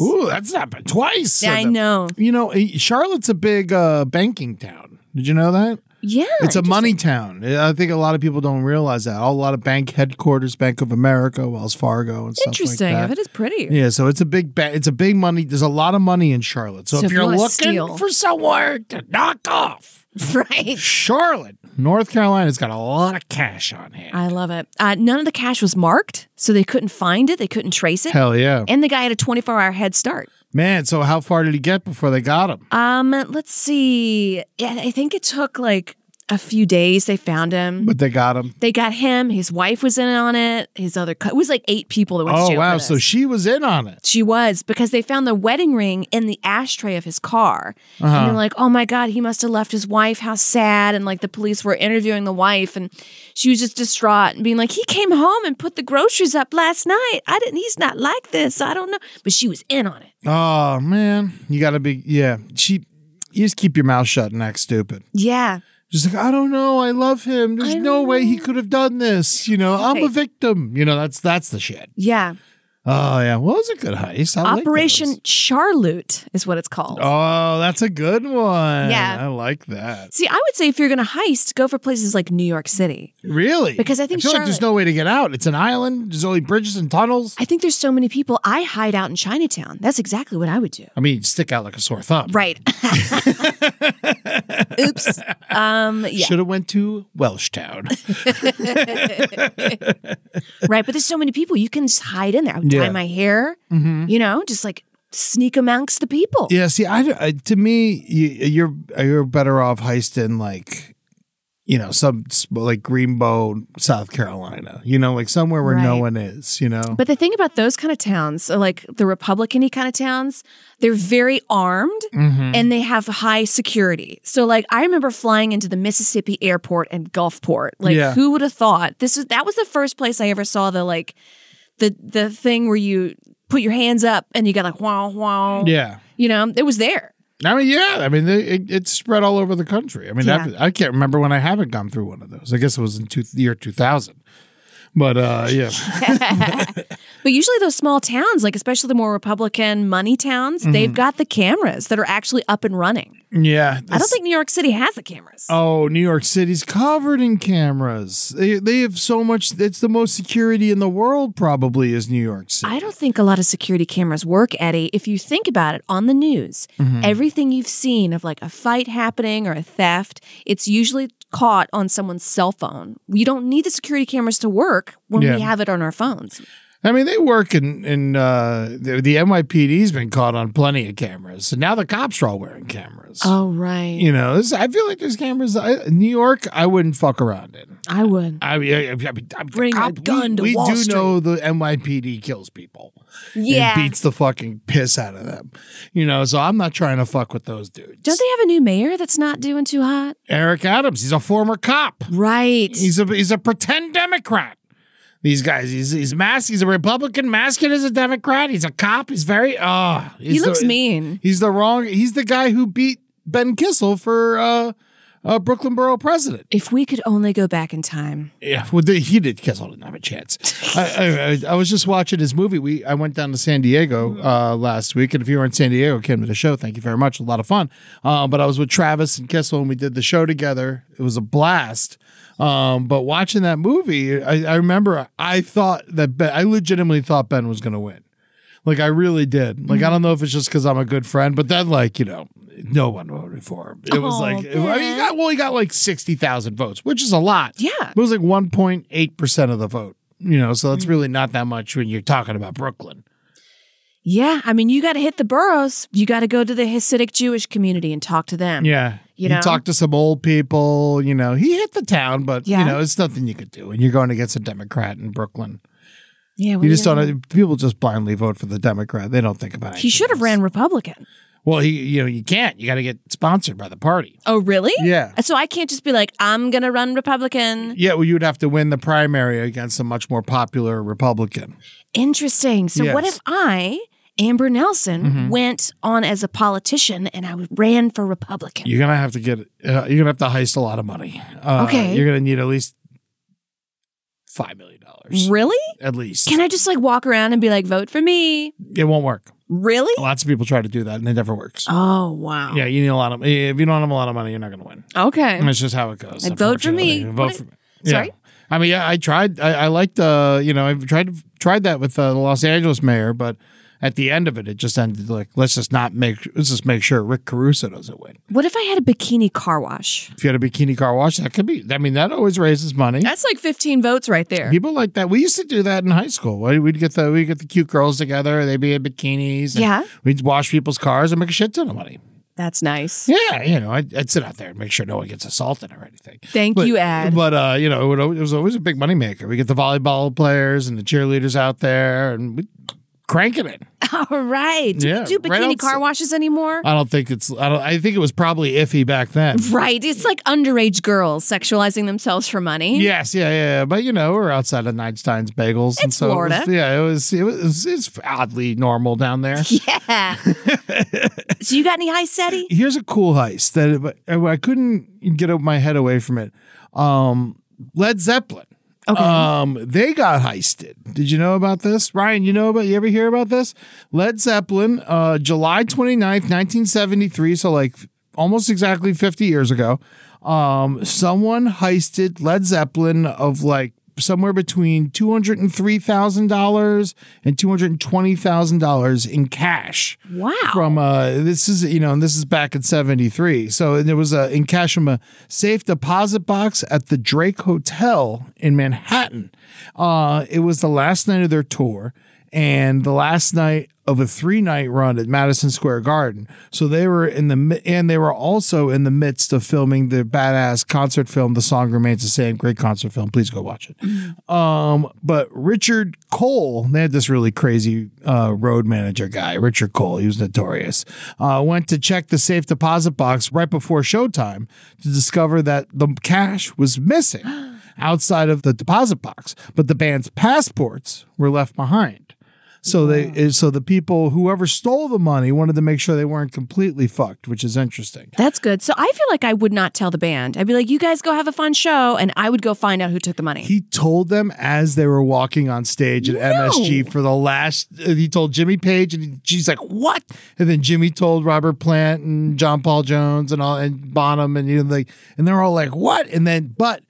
S2: Ooh, that's happened twice.
S3: I know.
S2: You know, eh, Charlotte's a big uh, banking town. Did you know that?
S3: Yeah.
S2: It's a money town. Eh, I think a lot of people don't realize that. A lot of bank headquarters, Bank of America, Wells Fargo, and stuff
S3: Interesting.
S2: like
S3: If
S2: that.
S3: it is pretty.
S2: Yeah, so it's a big ba- it's a big money. There's a lot of money in Charlotte. So,
S3: So
S2: if
S3: if you
S2: you're
S3: wanna
S2: looking
S3: steal-
S2: for somewhere to knock off,
S3: Right.
S2: Charlotte, North Carolina's got a lot of cash on hand.
S3: I love it. Uh, none of the cash was marked, so they couldn't find it. They couldn't trace it.
S2: Hell yeah.
S3: And the guy had a 24 hour head start.
S2: Man, so how far did he get before they got him?
S3: Um, let's see. Yeah, I think it took like a few days. They found him.
S2: But they got him.
S3: they got him. His wife was in on it. His other co- it was like eight people that went to
S2: Oh
S3: jail.
S2: wow,
S3: for this.
S2: so she was in on it.
S3: She was because they found the wedding ring in the ashtray of his car. And
S2: Uh-huh.
S3: they're like, oh my God, he must have left his wife. How sad. And like the police were interviewing the wife and she was just distraught and being like, he came home and put the groceries up last night. I didn't, he's not like this. I don't know. But she was in on it.
S2: Oh man, you got to be yeah. She you just keep your mouth shut and act stupid.
S3: Yeah.
S2: Just like I don't know, I love him. There's no way he could have done this. You know, I'm a
S3: Right.
S2: victim. You know, that's that's the shit.
S3: Yeah.
S2: Oh yeah, well, it was a good heist. I like
S3: Operation
S2: those.
S3: Charlotte is what it's called.
S2: Oh, that's a good one.
S3: Yeah.
S2: I like that.
S3: See, I would say if you're going to heist, go for places like New York City.
S2: Really?
S3: Because I think
S2: feel like there's no
S3: Charlotte-
S2: way to get out. It's an island. There's only bridges and tunnels.
S3: I think there's so many people. I hide out in Chinatown. That's exactly what I would do.
S2: I mean, you'd stick out like a sore thumb.
S3: Right. Oops. Um, yeah.
S2: Should have went to Welshtown.
S3: Right. But there's so many people. You can just hide in there. I would
S2: Yeah. Mm-hmm.
S3: tie my hair, you know, just like sneak amongst the people.
S2: yeah. See, I, I- to me, you, you're you're better off heisting like, you know, some like Greenbow, South Carolina. You know, like somewhere where no
S3: Right.
S2: one is. You know.
S3: But the thing about those kind of towns, so like the Republican y kind of towns, they're very armed
S2: Mm-hmm.
S3: and they have high security. So like I remember flying into the Mississippi airport and Gulfport. Like
S2: Yeah.
S3: who would have thought? This is that was the first place I ever saw the like the the thing where you put your hands up and you got like wow wow.
S2: yeah.
S3: You know, it was there.
S2: I mean, yeah. I mean, they, it, it's spread all over the country. I mean,
S3: Yeah.
S2: I've- I can't remember when I haven't gone through one of those. I guess it was in two, the year 2000. But uh, yeah,
S3: But usually those small towns, like especially the more Republican money towns,
S2: Mm-hmm.
S3: they've got the cameras that are actually up and running.
S2: yeah.
S3: I don't think New York City has the cameras.
S2: Oh, New York City's covered in cameras. They they have so much. It's the most security in the world. Probably is New York City.
S3: I don't think a lot of security cameras work, Eddie. If you think about it on the news,
S2: Mm-hmm.
S3: everything you've seen of like a fight happening or a theft, it's usually caught on someone's cell phone. You don't need the security cameras to work when
S2: Yeah.
S3: we have it on our phones.
S2: I mean, they work in in uh, the, the NYPD's been caught on plenty of cameras, and now the cops are all wearing cameras.
S3: Oh, right.
S2: You know, this, I feel like there's cameras. I, New York, I wouldn't fuck around in.
S3: I would.
S2: I mean, I, I, I mean, I-
S3: Bring a
S2: cop- we-
S3: gun to
S2: We
S3: Wall
S2: do
S3: Street.
S2: know the NYPD kills people.
S3: Yeah.
S2: and beats the fucking piss out of them. You know, so I'm not trying to fuck with those dudes.
S3: Don't they have a new mayor that's not doing too hot?
S2: Eric Adams, he's a former cop.
S3: Right.
S2: He's a he's a pretend Democrat. these guys. He's he's masked. He's a Republican, masked as a Democrat. He's a cop. He's very oh.
S3: He looks mean.
S2: He's the wrong. He's the guy who beat Ben Kissel for uh, uh, Brooklyn Borough president.
S3: If we could only go back in time.
S2: Yeah, well, the, he did Kessel didn't have a chance. I, I, I was just watching his movie. We I went down to San Diego uh, last week, and if you were in San Diego, came to the show. Thank you very much. A lot of fun. Uh, but I was with Travis and Kessel, and we did the show together. It was a blast. Um, but watching that movie, I, I remember I thought that ben, I legitimately thought Ben was going to win. Like I really did. Like I don't know if it's just because I'm a good friend, but then like you know, no one voted for him. It was
S3: Aw,
S2: like I mean, he got well, he got like sixty thousand votes, which is a lot.
S3: Yeah.
S2: it was like one point eight percent of the vote. You know, so
S3: Mm.
S2: that's really not that much when you're talking about Brooklyn.
S3: Yeah, I mean, you got to hit the boroughs. You got to go to the Hasidic Jewish community and talk to them.
S2: Yeah.
S3: You
S2: You
S3: know?
S2: he talked to some old people, you know, he hit the town, but
S3: Yeah.
S2: you know, it's nothing you could do. And you're going against a Democrat in Brooklyn.
S3: Oh, yeah. what
S2: You
S3: are
S2: just
S3: gonna do?
S2: don't people just blindly vote for the Democrat. They don't think about it.
S3: He should have ran Republican.
S2: Well, he you know, you can't. You gotta get sponsored by the party.
S3: Oh, really?
S2: Yeah.
S3: So I can't just be like, I'm gonna run Republican.
S2: Yeah, well, you would have to win the primary against a much more popular Republican.
S3: Interesting. So what
S2: Yes. Mm-hmm.
S3: if I, Amber Nelson, went on as a politician and I ran for Republican?
S2: You're gonna have to get. Uh, you're gonna have to heist a lot of money. Uh,
S3: Okay.
S2: You're gonna need at least five million dollars.
S3: really?
S2: At least
S3: Can I just like walk around and be like, vote for me?
S2: it won't work.
S3: Really?
S2: Lots of people try to do that, and it never works.
S3: Oh wow.
S2: Yeah, you need a lot of. If you don't have a lot of money, you're not gonna win.
S3: Okay.
S2: And That's just how it goes.
S3: Like, vote for me.
S2: unfortunately.
S3: What?
S2: Vote for me. Yeah.
S3: Sorry?
S2: I mean, yeah, I tried. I, I liked. Uh, you know, I've tried tried that with uh, the Los Angeles mayor, but at the end of it, it just ended like let's just not make let's just make sure Rick Caruso doesn't win.
S3: What if I had a bikini car wash?
S2: If you had a bikini car wash, that could be. I mean, that always raises money.
S3: That's like 15 votes right there.
S2: People like that. We used to do that in high school. We- We'd get the we get the cute girls together. They'd be in bikinis. and
S3: Yeah.
S2: We'd wash people's cars and make a shit ton of money.
S3: That's nice.
S2: Yeah, you know, I'd, I'd sit out there and make sure no one gets assaulted or anything.
S3: Thank
S2: But-
S3: you, Ad.
S2: But uh, you know, it, would, al- it was always a big moneymaker. We get the volleyball players and the cheerleaders out there, and we cranking it.
S3: All right. Do
S2: Yeah,
S3: we do bikini
S2: right Uh,
S3: car
S2: outside.
S3: washes anymore?
S2: I don't think it's. I don't. I think it was probably iffy back then.
S3: right. It's like underage girls sexualizing themselves for money.
S2: Yes, yeah, yeah, yeah. But you know, we're outside of Einstein's Bagels, and
S3: It's
S2: so it was-
S3: Florida.
S2: yeah, it was, it was it's oddly normal down there.
S3: Yeah. so you got any high SETI?
S2: Here's a cool heist that I, I couldn't get my head away from it. Um, Led Zeppelin.
S3: Okay.
S2: Um, they got heisted. Did you know about this? Ryan, you know about you ever hear about this? Led Zeppelin, uh July 29th, 1973, so like almost exactly 50 years ago. Um, someone heisted Led Zeppelin of like somewhere between $203,000 and $220,000 in cash
S3: Wow.
S2: from uh this is you know and this is back in 73 so and there was a in cash from a safe deposit box at the drake hotel in manhattan uh it was the last night of their tour and the last night of a three night run at madison square garden so they were in the mi- and they were also in the midst of filming the badass concert film the song remains the same great concert film please go watch it um, but Richard Cole, they had this really crazy uh, road manager guy, Richard Cole. He was notorious. Uh, went to check the safe deposit box right before showtime to discover that the cash was missing outside of the deposit box, but the band's passports were left behind. So they, so the people, whoever stole the money, wanted to make sure they weren't completely fucked, which is interesting.
S3: That's good. So I feel like I would not tell the band. I'd be like, you guys go have a fun show, and I would go find out who took the money.
S2: He told them as they were walking on stage at MSG for the last. uh, He told Jimmy Page, and he- she's like, "What?" And then Jimmy told Robert Plant and John Paul Jones and all and Bonham, and you know, like, and they're all like, "What?" And then, but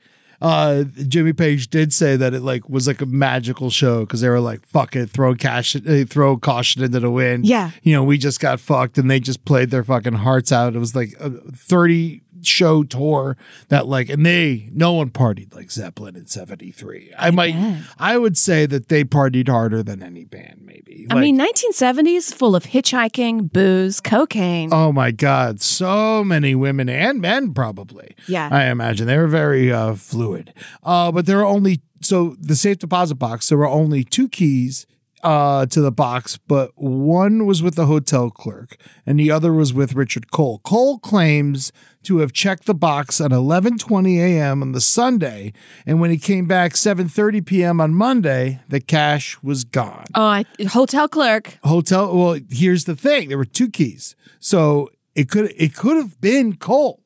S2: uh, Jimmy Page did say that it like was like a magical show because they were like, "Fuck it, throw cash, uh, throw caution into the wind."
S3: Yeah.
S2: you know, we just got fucked, and they just played their fucking hearts out. It was like a thirty show tour that like, and they no one partied like Zeppelin in '73. I, might, I would say that they partied harder than any band, maybe.
S3: I
S2: Like,
S3: mean, 1970s, full of hitchhiking, booze, cocaine.
S2: Oh my God, so many women and men, probably.
S3: Yeah.
S2: I imagine they were very uh, fluid. Uh, but there were only, so the safe deposit box, there were only two keys uh, to the box, but one was with the hotel clerk and the other was with Richard Cole. Cole claims to have checked the box at 11:20 a.m. on the Sunday, and when he came back 7:30 p.m. on Monday, the cash was gone.
S3: Oh, I, hotel clerk.
S2: Hotel. Well, here's the thing: there were two keys, so it could it could have been Cole.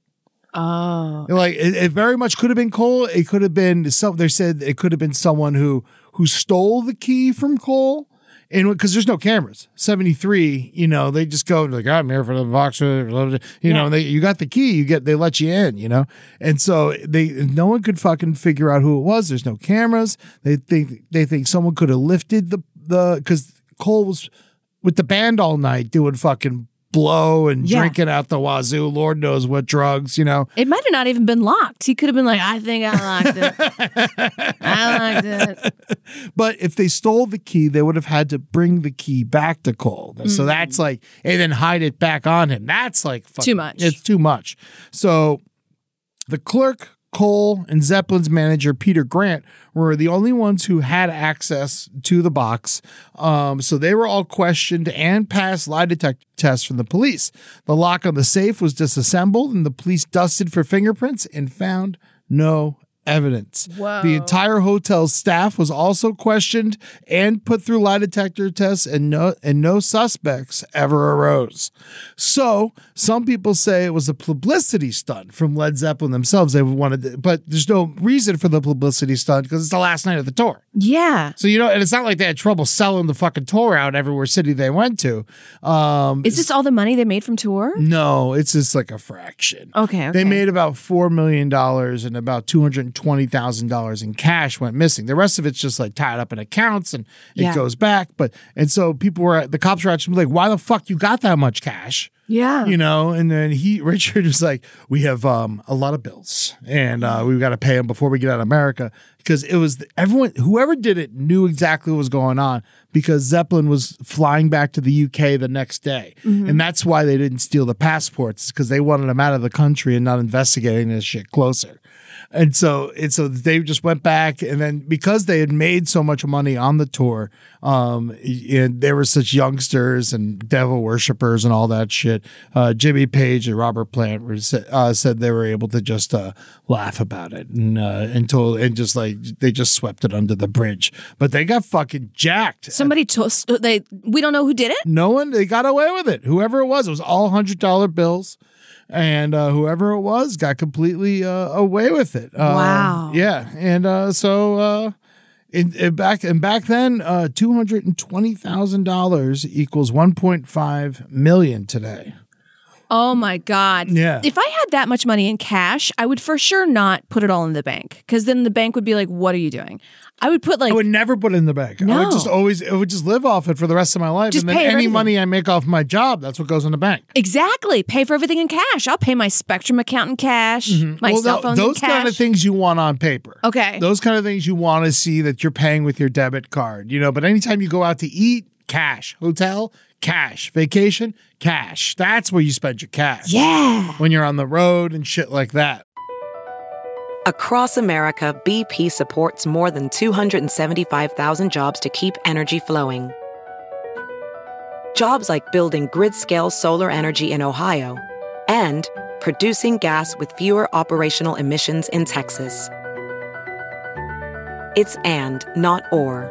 S3: Oh,
S2: Like it, it very much could have been Cole. It could have been some. They said it could have been someone who who stole the key from Cole, and because there's no cameras, seventy three. You know, they just go like I'm here for the boxer. blah, blah, blah." You know, they, you got the key. You get they let you in. You know, and so they no one could fucking figure out who it was. There's no cameras. They think they think someone could have lifted the the because Cole was with the band all night doing fucking blow and
S3: Yeah.
S2: drinking out the wazoo. Lord knows what drugs. You know.
S3: it might have not even been locked. He could have been like, I think I locked it. I
S2: Um,
S3: locked it.
S2: But if they stole the key, they would have had to bring the key back to Cole. So that's like, and then hide it back on him. That's like fucking-
S3: Mm-hmm. Too much.
S2: It's too much. So the clerk, Cole, and Zeppelin's manager, Peter Grant, were the only ones who had access to the box. Um, so they were all questioned and passed lie detector tests from the police. The lock on the safe was disassembled, and the police dusted for fingerprints and found no evidence. The entire hotel staff was also questioned and put through lie detector tests, and no and no suspects ever arose. So some people say it was a publicity stunt from Led Zeppelin themselves. They wanted, to, but there's no reason for the publicity stunt because it's the last night of the tour.
S3: Yeah.
S2: So you know, and it's not like they had trouble selling the fucking tour out everywhere city they went to. Um,
S3: Is this all the money they made from tour?
S2: no, it's just like a fraction.
S3: Okay, okay.
S2: They made about $4 million and about $220,000 in cash went missing. The rest of it's just like tied up in accounts and it
S3: Yeah.
S2: goes back. But, and so people were, the cops were actually like, why the fuck you got that much cash?
S3: Yeah.
S2: You know, and then he, Richard was like, we have um, a lot of bills and uh, we've got to pay them before we get out of America. Because it was everyone, whoever did it knew exactly what was going on because Zeppelin was flying back to the UK the next day. And that's why they didn't steal the passports because they wanted them out of the country and not investigating this shit closer. And so, and so they just went back, and then because they had made so much money on the tour, um, and they were such youngsters and devil worshippers and all that shit. Uh, Jimmy Page and Robert Plant were, sa- uh, said they were able to just uh, laugh about it and uh, and told, and just like they just swept it under the bridge. But they got fucking jacked.
S3: Somebody told they. We don't know who did it.
S2: No one they got away with it. Whoever it was, it was all hundred dollar bills, and uh, whoever it was got completely uh, away with it. Uh,
S3: Wow.
S2: Yeah, and uh, so uh, in, in back and back then, uh, two hundred and twenty thousand dollars equals one point five million today.
S3: Oh my god.
S2: Yeah.
S3: If I had that much money in cash, I would for sure not put it all in the bank because then the bank would be like, "What are you doing?" I would put like.
S2: I would never put it in the bank. I
S3: No.
S2: would just always, I would just live off it for the rest of my life,
S3: Just
S2: and then
S3: pay
S2: any
S3: everything.
S2: money I make off my job, that's what goes in the bank.
S3: Exactly. Pay for everything in cash. I'll pay my Spectrum account in cash, my
S2: Mm-hmm. Well,
S3: cell
S2: tho-
S3: phone
S2: those
S3: in cash.
S2: kind of things you want on paper.
S3: Okay.
S2: Those kind of things you want to see that you're paying with your debit card, you know. But anytime you go out to eat, cash. Hotel, cash. Vacation, cash. That's where you spend your cash.
S3: Yeah.
S2: When you're on the road and shit like that.
S4: Across America, BP supports more than 275,000 jobs to keep energy flowing. Jobs like building grid scale solar energy in Ohio and producing gas with fewer operational emissions in Texas. It's and, not or.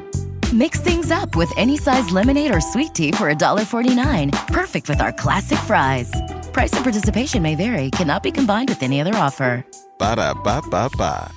S5: Mix things up with any size lemonade or sweet tea for $1.49. Perfect with our classic fries. Price and participation may vary, cannot be combined with any other offer.
S6: Ba da ba ba ba.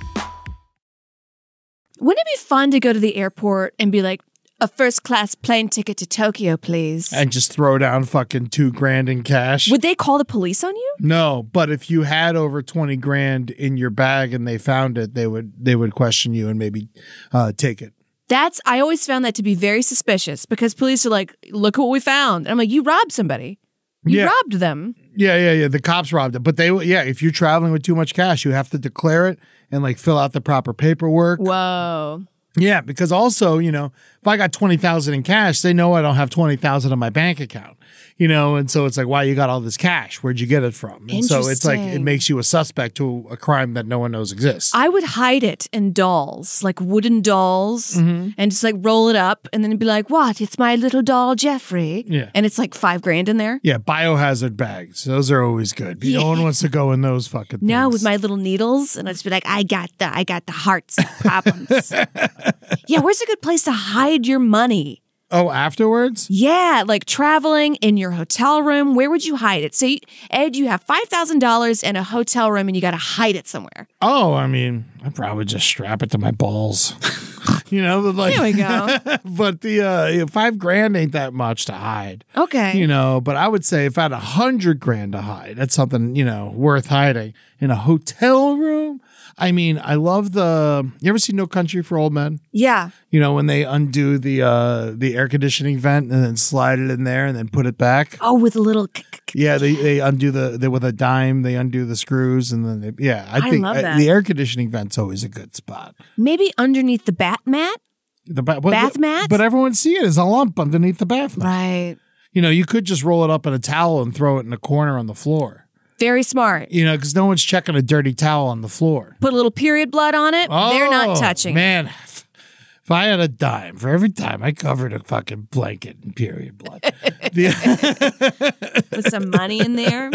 S3: Wouldn't it be fun to go to the airport and be like, "A first class plane ticket to Tokyo, please"?
S2: And just throw down fucking two grand in cash.
S3: would they call the police on you?
S2: no, but if you had over twenty grand in your bag and they found it, they would they would question you and maybe uh, take it.
S3: That's I always found that to be very suspicious because police are like, look what we found. And I'm like, you robbed somebody. You
S2: Yeah.
S3: robbed them.
S2: Yeah, yeah, yeah. The cops robbed it, but they yeah. If you're traveling with too much cash, you have to declare it and like fill out the proper paperwork.
S3: Whoa.
S2: Yeah, because also you know if I got twenty thousand in cash, they know I don't have twenty thousand in my bank account. You know, and so it's like, why you got all this cash? Where'd you get it from? And so it's like it
S3: Interesting.
S2: makes you a suspect to a crime that no one knows exists.
S3: I would hide it in dolls, like wooden dolls,
S2: Mm-hmm.
S3: and just like roll it up and then be like, what? It's my little doll, Jeffrey.
S2: Yeah.
S3: And it's like five grand in there.
S2: yeah, biohazard bags. Those are always good. No one wants to go in those fucking. Things.
S3: No, with my little needles, and I'd just be like, I got the, I got the hearts problems. yeah, where's a good place to hide your money?
S2: oh afterwards.
S3: Yeah, like traveling in your hotel room. Where would you hide it? Say, Ed, you have five thousand dollars in a hotel room, and you got to hide it somewhere.
S2: Oh, I mean, I probably just strap it to my balls. you know, but like
S3: There we go.
S2: but the uh yeah, five grand ain't that much to hide
S3: Okay.
S2: you know but i would say if i had a hundred grand to hide that's something you know worth hiding in a hotel room i mean i love the you ever see no country for old men
S3: yeah.
S2: you know when they undo the uh the air conditioning vent and then slide it in there and then put it back
S3: Oh, with a little. k- k- k-
S2: yeah, they, they undo the they, with a dime. They undo the screws, and then they, yeah, I,
S3: I
S2: think
S3: love
S2: uh,
S3: that.
S2: the air conditioning vent's always a good spot.
S3: Maybe underneath the bat mat.
S2: The ba- but-
S3: Bath mat?
S2: but everyone see it as a lump underneath the bath mat.
S3: Right.
S2: You know, you could just roll it up in a towel and throw it in a corner on the floor.
S3: Very smart.
S2: You know, because no one's checking a dirty towel on the floor. Oh,
S3: Put a little period blood on it. They're not touching. it.
S2: Man, if if I had a dime for every time I covered a fucking blanket in period blood. The-
S3: With some money in there.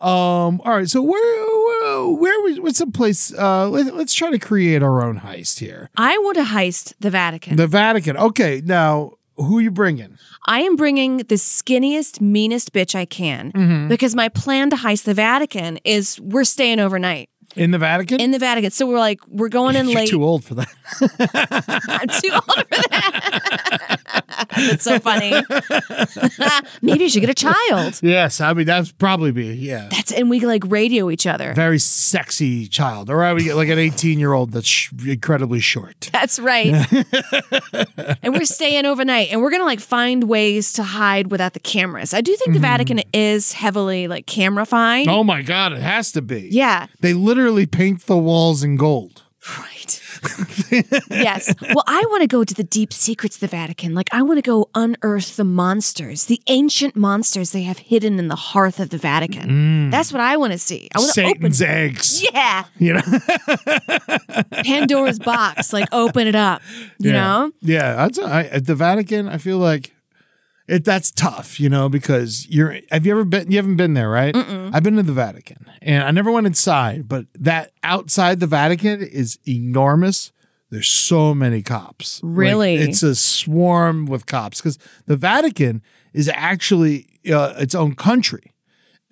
S2: um. All right. So where where, where was what's some place? Uh, let, let's try to create our own heist here.
S3: I would have heist the Vatican.
S2: The Vatican. Okay. Now, who you bringing?
S3: I am bringing the skinniest, meanest bitch I can
S2: Mm-hmm.
S3: because my plan to heist the Vatican is we're staying overnight
S2: In the Vatican.
S3: in the Vatican. So we're like, we're going in
S2: You're
S3: late.
S2: too old for that.
S3: I'm too old for that. That's so funny. Maybe I should get a child.
S2: yes, I mean that's probably be yeah.
S3: That's and we like radio each other.
S2: very sexy child, or I would get like an 18 year old that's sh- incredibly short.
S3: That's right. and we're staying overnight and we're going to like find ways to hide without the cameras. I do think the Vatican is heavily like camera fine.
S2: Mm-hmm. Oh my God, it has to be.
S3: Yeah.
S2: They literally paint the walls in gold.
S3: Right. yes. Well, I want to go to the deep secrets of the Vatican. Like, I want to go unearth the monsters, the ancient monsters they have hidden in the hearth of the
S2: Mm.
S3: Vatican. That's what I want to see. I want to open.
S2: Satan's eggs.
S3: Yeah.
S2: You know?
S3: Pandora's box. Like, open it up. You
S2: yeah.
S3: know?
S2: Yeah. That's, I, at the Vatican, I feel like. It, that's tough, you know, because you're. Have you ever been? You haven't been there, right? I've been to the Vatican, and I never went inside, but that outside the Vatican is enormous. There's so many cops. Like,
S3: Really?
S2: it's a swarm with cops because the Vatican is actually uh, its own country.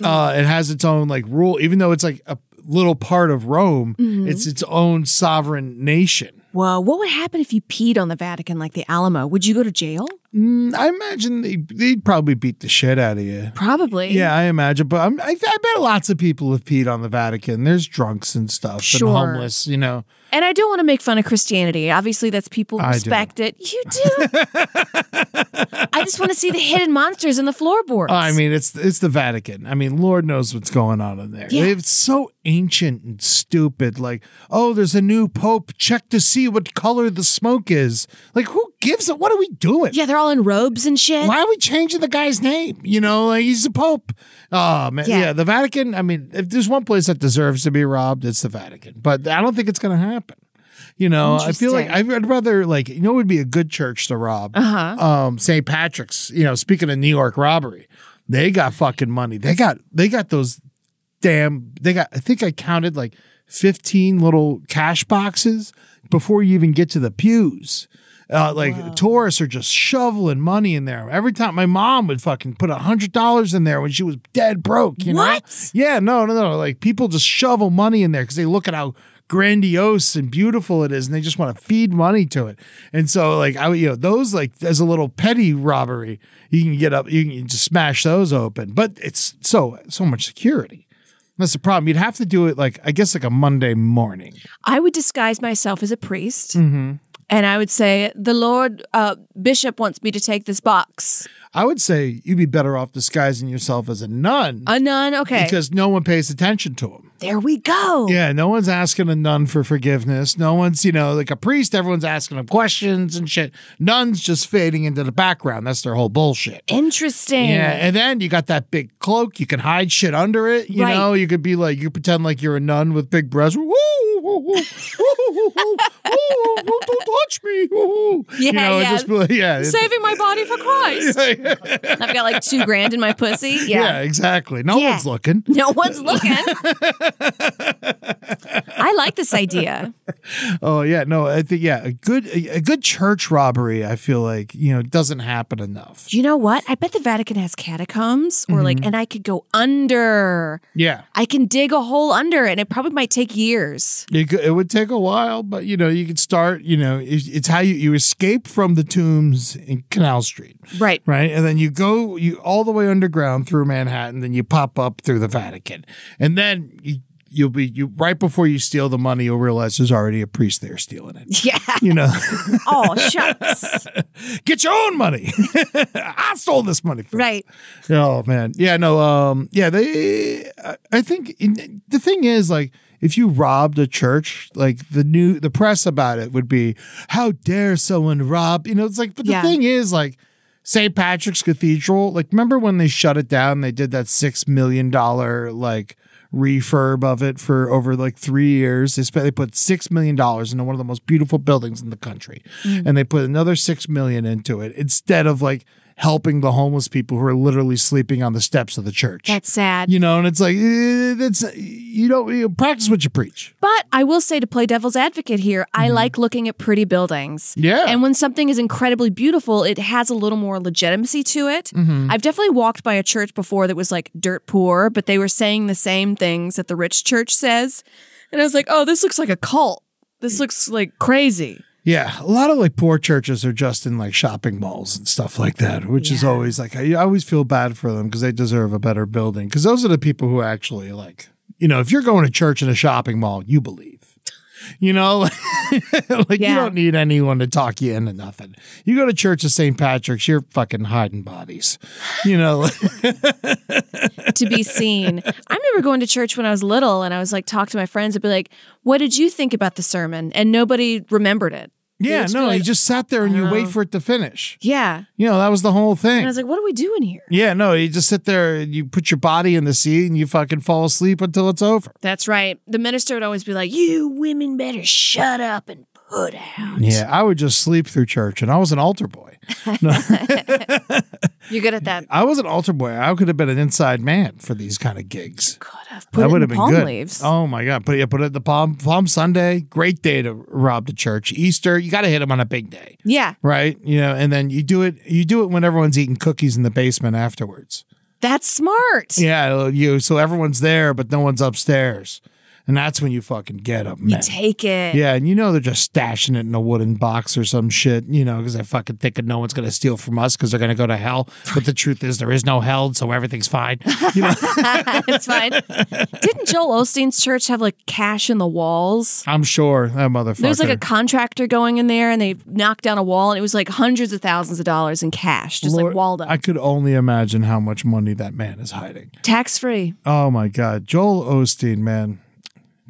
S3: Mm.
S2: Uh, it has its own like rule, even though it's like a little part of Rome.
S3: Mm-hmm.
S2: It's its own sovereign nation.
S3: Whoa. What would happen if you peed on the Vatican like the Alamo? Would you go to jail?
S2: Mm, I imagine they they'd probably beat the shit out of
S3: Eh?
S2: you.
S3: Probably.
S2: Yeah, I imagine, but I'm, I, I bet lots of people have peed on the Vatican. There's drunks and stuff,
S3: Sure.
S2: and homeless. You know,
S3: And I don't want to make fun of Christianity. Obviously, that's people who
S2: I do.
S3: respect it. You do. I just want to see the hidden monsters in the floorboards.
S2: Oh, I mean, it's it's the Vatican. I mean, Lord knows what's going on in there.
S3: Yeah.
S2: It's so ancient and stupid. Like, oh, there's a new pope. Check to see what color the smoke is. Like, who gives it? What are we doing?
S3: yeah, they're all in robes and shit.
S2: Why are we changing the guy's name? You know, like he's a pope. Oh man, yeah.
S3: Yeah.
S2: the Vatican. I mean, if there's one place that deserves to be robbed, it's the Vatican. But I don't think it's going to happen. You know, I feel like I'd I'd rather like you know it would be a good church to rob. Uh-huh. Um, St. Patrick's. You know, speaking of New York robbery, they got fucking money. They got they got those damn. They got. I think I counted like fifteen little cash boxes before you even get to the pews. Uh, like tourists are just shoveling money in there. Every time my mom would fucking put a hundred dollars in there when she was dead broke. You
S3: What?
S2: Know? Yeah, no, no, no. Like people just shovel money in there because they look at how grandiose and beautiful it is, and they just want to feed money to it. And so, like I, would- you know, those like as a little petty robbery, you can get up, you can just smash those open. But it's so so much security. That's the problem. You'd have to do it like I guess like a Monday morning. Mm-hmm.
S3: I would disguise myself as a priest and I would say, The Lord uh, Bishop wants me to take this box.
S2: I would say you'd be better off disguising yourself as a nun
S3: A nun? Okay. Oh.
S2: because no one pays attention to him.
S3: there we go.
S2: Yeah, no one's asking a nun for forgiveness. No one's, you know, like a priest, everyone's asking him questions and shit. Nuns just fading into the background. That's their whole bullshit.
S3: Interesting.
S2: Yeah, and then you got that big cloak. You can hide shit under it. You
S3: Right.
S2: know, you could be like, you pretend like you're a nun with big breasts. Woo, woo, woo, woo, woo, woo, woo, don't touch me. Woo.
S3: Yeah,
S2: you know, it
S3: yeah.
S2: Just, be- yeah, it-
S3: Saving my body for Christ. I've got like two grand in my pussy.
S2: yeah,
S3: Yeah.
S2: exactly. No
S3: Yeah.
S2: one's looking.
S3: No one's looking. I like this idea.
S2: Oh yeah, no, I think yeah, a good a good church robbery. I feel like you know doesn't happen enough.
S3: You know what? I bet the Vatican has catacombs or like, and I could go under.
S2: Yeah,
S3: I can dig a hole under, and it probably might take years.
S2: It, cou- it would take a while, but you know, you could start, you know, it's, it's how you, you escape from the tombs in Canal Street,
S3: Right.
S2: right? And then you go you all the way underground through Manhattan, then you pop up through the Vatican. And then you, you'll be you right before you steal the money, you'll realize there's already a priest there stealing it.
S3: Yeah.
S2: You know,
S3: Oh, shucks.
S2: get your own money. I stole this money from you.
S3: right.
S2: Oh man, yeah, no, um, yeah, they. I- I think in, the thing is, like, if you robbed a church, like the new the press about it would be, how dare someone rob? You know, it's like, but the
S3: Yeah.
S2: thing is, like, St. Patrick's Cathedral, like, remember when they shut it down? They did that six million dollar like refurb of it for over like three years. They spent they put six million dollars into one of the most beautiful buildings in the country, and they put another six million into it instead of like helping the homeless people who are literally sleeping on the steps of the church.
S3: That's sad.
S2: you know, and it's like eh, that's you don't you practice what you preach.
S3: But I will say to play devil's advocate here, I like looking at pretty buildings.
S2: Yeah.
S3: And when something is incredibly beautiful, it has a little more legitimacy to it. I've definitely walked by a church before that was like dirt poor, but they were saying the same things that the rich church says. And I was like, oh, this looks like a cult. This looks like crazy.
S2: Yeah, a lot of like poor churches are just in like shopping malls and stuff like that, which is always like I, I always feel bad for them because they deserve a better building because those are the people who actually like you know if you're going to church in a shopping mall, you believe. You know, like you
S3: Yeah.
S2: don't need anyone to talk you into nothing. You go to church of St. Patrick's, you're fucking hiding bodies. You know,
S3: to be seen. I remember going to church when I was little and I was like, talk to my friends and be like, what did you think about the sermon? And nobody remembered it.
S2: yeah,
S3: just
S2: no,
S3: feel
S2: you
S3: like,
S2: just sat there and you wait
S3: know.
S2: for it to finish.
S3: Yeah.
S2: You know, that was the whole thing.
S3: And I was like, what are we doing here?
S2: Yeah, no, you just sit there and you put your body in the seat and you fucking fall asleep until it's over.
S3: That's right. The minister would always be like, You women better shut up and put out.
S2: Yeah, I would just sleep through church and I was an altar boy. No,
S3: You're good at that.
S2: I was an altar boy. I could have been an inside man for these kind of gigs.
S3: Could have put
S2: that
S3: it
S2: would
S3: in
S2: have been
S3: palm
S2: good.
S3: leaves.
S2: Oh my god! Put yeah, put it the palm Palm Sunday. Great day to rob the church. Easter, you got to hit them on a big day,
S3: Yeah.
S2: right? You know, and then you do it. You do it when everyone's eating cookies in the basement afterwards.
S3: That's smart.
S2: Yeah, you. So everyone's there, but no one's upstairs, and that's when you fucking get them.
S3: You take it.
S2: Yeah, and you know they're just stashing it in a wooden box or some shit, you know, because they're fucking thinking no one's going to steal from us because they're going to go to hell. But the truth is, there is no hell, so everything's fine. You know,
S3: it's fine. Didn't Joel Osteen's church have like cash in the walls?
S2: I'm sure that motherfucker.
S3: There was like a contractor going in there and they knocked down a wall and it was like hundreds of thousands of dollars in cash, just
S2: Lord,
S3: like walled up.
S2: I could only imagine how much money that man is hiding.
S3: Tax free.
S2: Oh my God. Joel Osteen, man,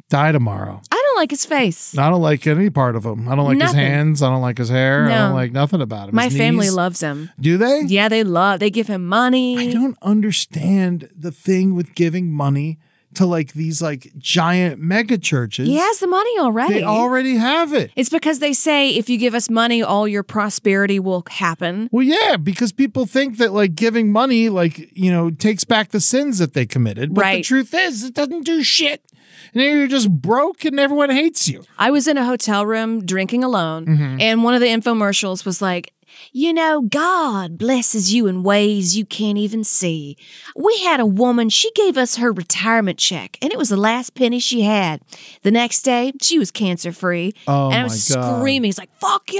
S2: die tomorrow.
S3: I don't like his face.
S2: I don't like any part of him. I don't like his
S3: Nothing.
S2: hands. I don't like his hair. I don't
S3: No.
S2: like nothing about him.
S3: My
S2: His
S3: family
S2: knees-
S3: loves him.
S2: Do they?
S3: Yeah, they love. They give him money.
S2: I don't understand the thing with giving money to like these like giant mega churches.
S3: He has the money already.
S2: They already have it.
S3: It's because they say if you give us money, all your prosperity will happen.
S2: Well, yeah, because people think that like giving money, like, you know, takes back the sins that they committed. But the
S3: Right.
S2: truth is, it doesn't do shit. And then you're just broke and everyone hates you.
S3: I was in a hotel room drinking alone,
S2: Mm-hmm.
S3: and one of the infomercials was like, you know, God blesses you in ways you can't even see. We had a woman, she gave us her retirement check, and it was the last penny she had. The next day, she was cancer free.
S2: Oh,
S3: and I
S2: my
S3: was
S2: God.
S3: screaming, it's like, fuck you!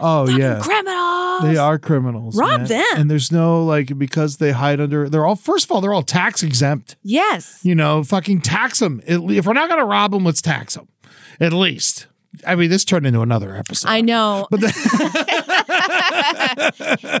S2: Oh,
S3: fucking
S2: yeah.
S3: criminals!
S2: They are criminals.
S3: Rob
S2: man.
S3: them.
S2: And there's no like because they hide under they're all first of all, they're all tax exempt.
S3: Yes.
S2: You know, fucking tax them. At le- if we're not gonna rob them, let's tax them. At least. I mean, this turned into another episode.
S3: I know.
S2: But the,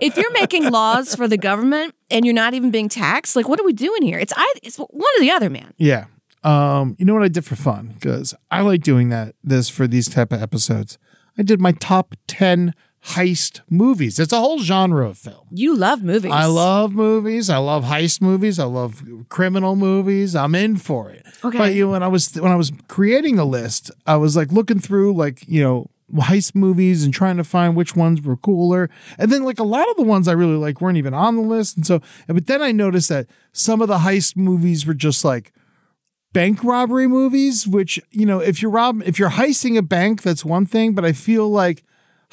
S3: if you're making laws for the government and you're not even being taxed, like what are we doing here? It's I, it's one or the other, man.
S2: yeah. Um, you know what I did for fun? Because I like doing that this for these type of episodes. I did my top ten heist movies. It's a whole genre of film.
S3: You love movies.
S2: I love movies. I love heist movies. I love criminal movies. I'm in for it.
S3: Okay.
S2: But you know, when I was when I was creating a list, I was like looking through like, you know, heist movies and trying to find which ones were cooler. And then like a lot of the ones I really like weren't even on the list. And so but then I noticed that some of the heist movies were just like bank robbery movies, which, you know, if you're rob if you're heisting a bank, that's one thing, but I feel like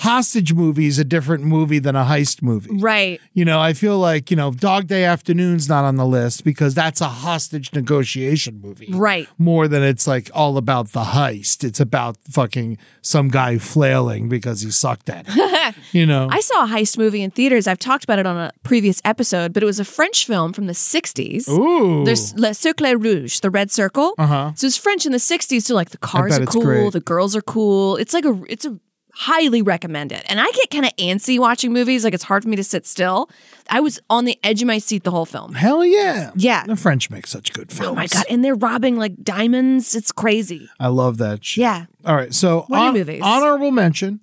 S2: hostage movie is a different movie than a heist movie.
S3: Right.
S2: You know, I feel like, you know, Dog Day Afternoon's not on the list because that's a hostage negotiation movie.
S3: Right.
S2: More than it's like all about the heist. It's about fucking some guy flailing because he sucked at it. you know?
S3: I saw a heist movie in theaters. I've talked about it on a previous episode, but it was a French film from the 60s.
S2: Ooh.
S3: There's Le Cercle Rouge, the Red Circle. Uh-huh. So it's French in the 60s, so like the cars
S2: bet
S3: are
S2: it's
S3: cool,
S2: great.
S3: the girls are cool. It's like a it's a highly recommend it. And I get kind of antsy watching movies, like it's hard for me to sit still. I was on the edge of my seat the whole film.
S2: Hell yeah.
S3: Yeah.
S2: The French make such good films.
S3: Oh my god, and they're robbing like diamonds. It's crazy.
S2: I love that shit.
S3: Yeah.
S2: All right. So
S3: What are
S2: hon-
S3: movies?
S2: honorable mention,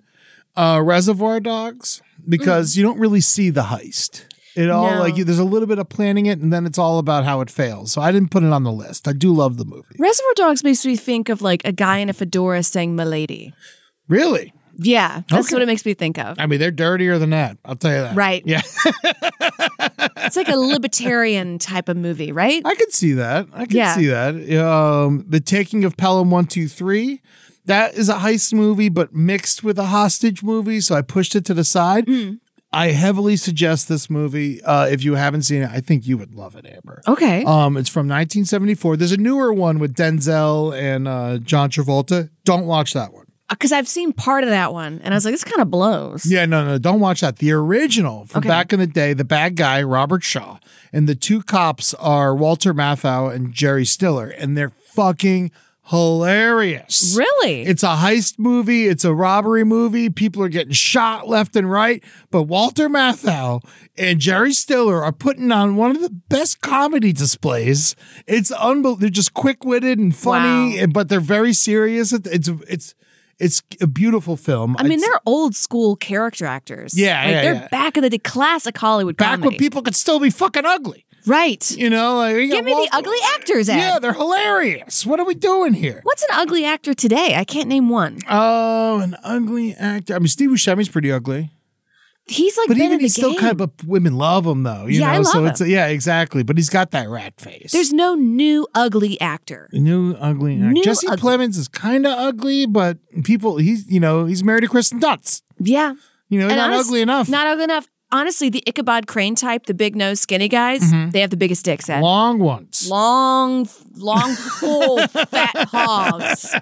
S2: uh, Reservoir Dogs, because you don't really see the heist. It all
S3: No.
S2: like there's a little bit of planning it, and then it's all about how it fails. So I didn't put it on the list. I do love the movie.
S3: Reservoir Dogs makes me think of like a guy in a fedora saying "Milady."
S2: Really?
S3: Yeah, that's
S2: Okay.
S3: what it makes me think of.
S2: I mean, they're dirtier than that. I'll tell you that.
S3: Right.
S2: Yeah.
S3: It's like a libertarian type of movie, right?
S2: I could see that. I could
S3: Yeah.
S2: see that. Um, the Taking of Pelham One Two Three. That is a heist movie, but mixed with a hostage movie. So I pushed it to the side.
S3: Mm.
S2: I heavily suggest this movie. Uh, if you haven't seen it, I think you would love it, Amber.
S3: Okay.
S2: Um, it's from 1974. There's a newer one with Denzel and uh, John Travolta. Don't watch that one.
S3: Because Uh, I've seen part of that one and I was like, this kind of blows.
S2: Yeah, no, no, don't watch that. The original from
S3: Okay.
S2: back in the day, the bad guy, Robert Shaw, and the two cops are Walter Matthau and Jerry Stiller, and they're fucking hilarious.
S3: Really?
S2: It's a heist movie, it's a robbery movie. People are getting shot left and right, but Walter Matthau and Jerry Stiller are putting on one of the best comedy displays. It's unbelievable. They're just quick-witted and funny,
S3: Wow.
S2: but they're very serious. It- It's it's it's a beautiful film.
S3: I mean,
S2: It's-
S3: they're old school character actors.
S2: Yeah,
S3: Like,
S2: yeah,
S3: They're
S2: yeah.
S3: back in the day, classic Hollywood
S2: back
S3: comedy.
S2: when people could still be fucking ugly.
S3: Right.
S2: You know, like we got
S3: Give me the ugly actors, Ed.
S2: Yeah, they're hilarious. What are we doing here?
S3: What's an ugly actor today? I can't name one.
S2: Oh, an ugly actor. I mean, Steve Buscemi's pretty ugly,
S3: He's like
S2: but
S3: been in
S2: even
S3: the
S2: he's still
S3: game.
S2: kind of. But women love him though. You
S3: Yeah, I
S2: know? so
S3: love
S2: it's yeah, exactly. But he's got that rat face.
S3: There's no new ugly actor.
S2: new ugly actor.
S3: New
S2: Jesse
S3: ugly.
S2: Plemons is kind of ugly, but people he's you know he's married to Kristen Dunst.
S3: Yeah.
S2: You know,
S3: And
S2: not
S3: honest-
S2: ugly enough.
S3: Not ugly enough. Honestly, the Ichabod Crane type, the big nose, skinny guys,
S2: Mm-hmm.
S3: they have the biggest dicks, Ed.
S2: long ones.
S3: long, long, full, fat hogs.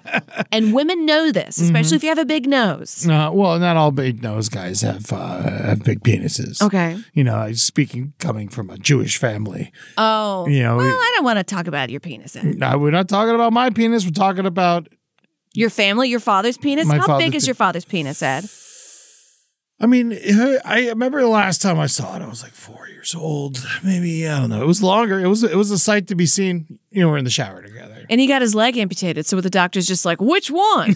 S3: And women know this, especially if you have a big nose.
S2: Uh, well, not all big nose guys have uh, have big penises.
S3: Okay.
S2: you know, speaking coming from a Jewish family,
S3: Oh.
S2: you know,
S3: well, I don't want to talk about your penis. Ed.
S2: no, we're not talking about my penis. We're talking about,
S3: Your family, your father's penis.
S2: My
S3: How
S2: father's
S3: big is
S2: pe-
S3: your father's penis, Ed?
S2: I mean, her- I remember the last time I saw it, I was like four years old, maybe, I don't know. It was longer. It was, it was a sight to be seen. You know, we're in the shower together.
S3: And he got his leg amputated. So the doctor's just like, which one?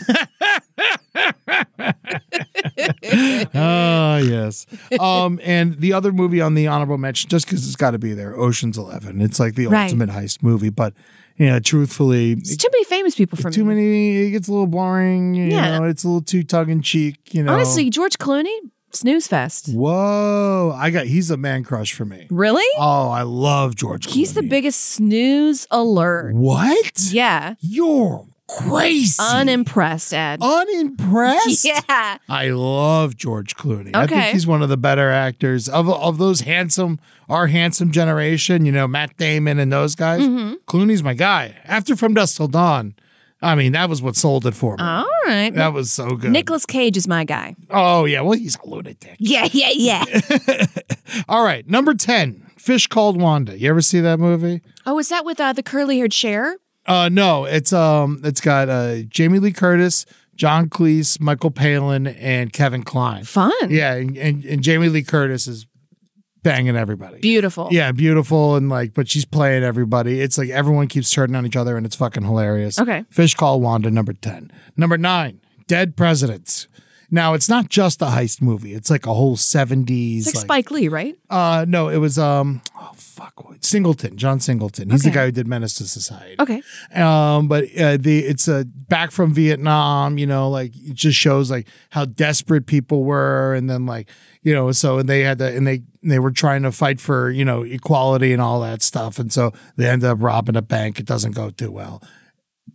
S2: Ah, yes. Um, and the other movie on the honorable mention, just because it's got to be there, Ocean's Eleven. It's like the
S3: Right.
S2: ultimate heist movie, but you know, truthfully,
S3: It's too many famous people for
S2: too
S3: me.
S2: many. It gets a little boring. You
S3: Yeah.
S2: know, it's a little too tongue in cheek. You know,
S3: Honestly, George Clooney, snooze fest.
S2: Whoa, I got he's a man crush for me.
S3: Really?
S2: Oh, I love George.
S3: He's the
S2: Clooney.
S3: biggest snooze alert.
S2: What?
S3: Yeah.
S2: You're crazy.
S3: Unimpressed, Ed.
S2: Oh, Unimpressed?
S3: Yeah.
S2: I love George Clooney. I think
S3: Okay.
S2: he's one of the better actors of of those handsome our handsome generation, you know, Matt Damon and those guys.
S3: Mm-hmm.
S2: Clooney's my guy. After From Dusk Till Dawn, I mean, that was what sold it for me.
S3: All right.
S2: That was so good.
S3: Nicholas Cage is my guy.
S2: oh yeah, well he's a lunatic.
S3: Yeah, yeah, yeah.
S2: All right, number 10, Fish Called Wanda. You ever see that movie?
S3: Oh, is that with uh, the curly haired Cher?
S2: Uh, no, it's um, it's got uh, Jamie Lee Curtis, John Cleese, Michael Palin, and Kevin Klein.
S3: Fun.
S2: Yeah, and, and, and Jamie Lee Curtis is banging everybody.
S3: Beautiful.
S2: yeah, beautiful and like, but she's playing everybody. It's like everyone keeps turning on each other, and it's fucking hilarious.
S3: Okay.
S2: Fish Call Wanda, number ten. Number nine, Dead Presidents. Now it's not just a heist movie; it's like a whole seventies.
S3: It's like Spike Lee, right?
S2: Uh, no, it was um, oh fuck, what- Singleton, John Singleton. He's the
S3: Okay.
S2: guy who did Menace to Society.
S3: Okay.
S2: Um, but uh, the it's a back from Vietnam. You know, like it just shows like how desperate people were, and then like you know, so and they had to and they they were trying to fight for you know equality and all that stuff, and so they end up robbing a bank. It doesn't go too well.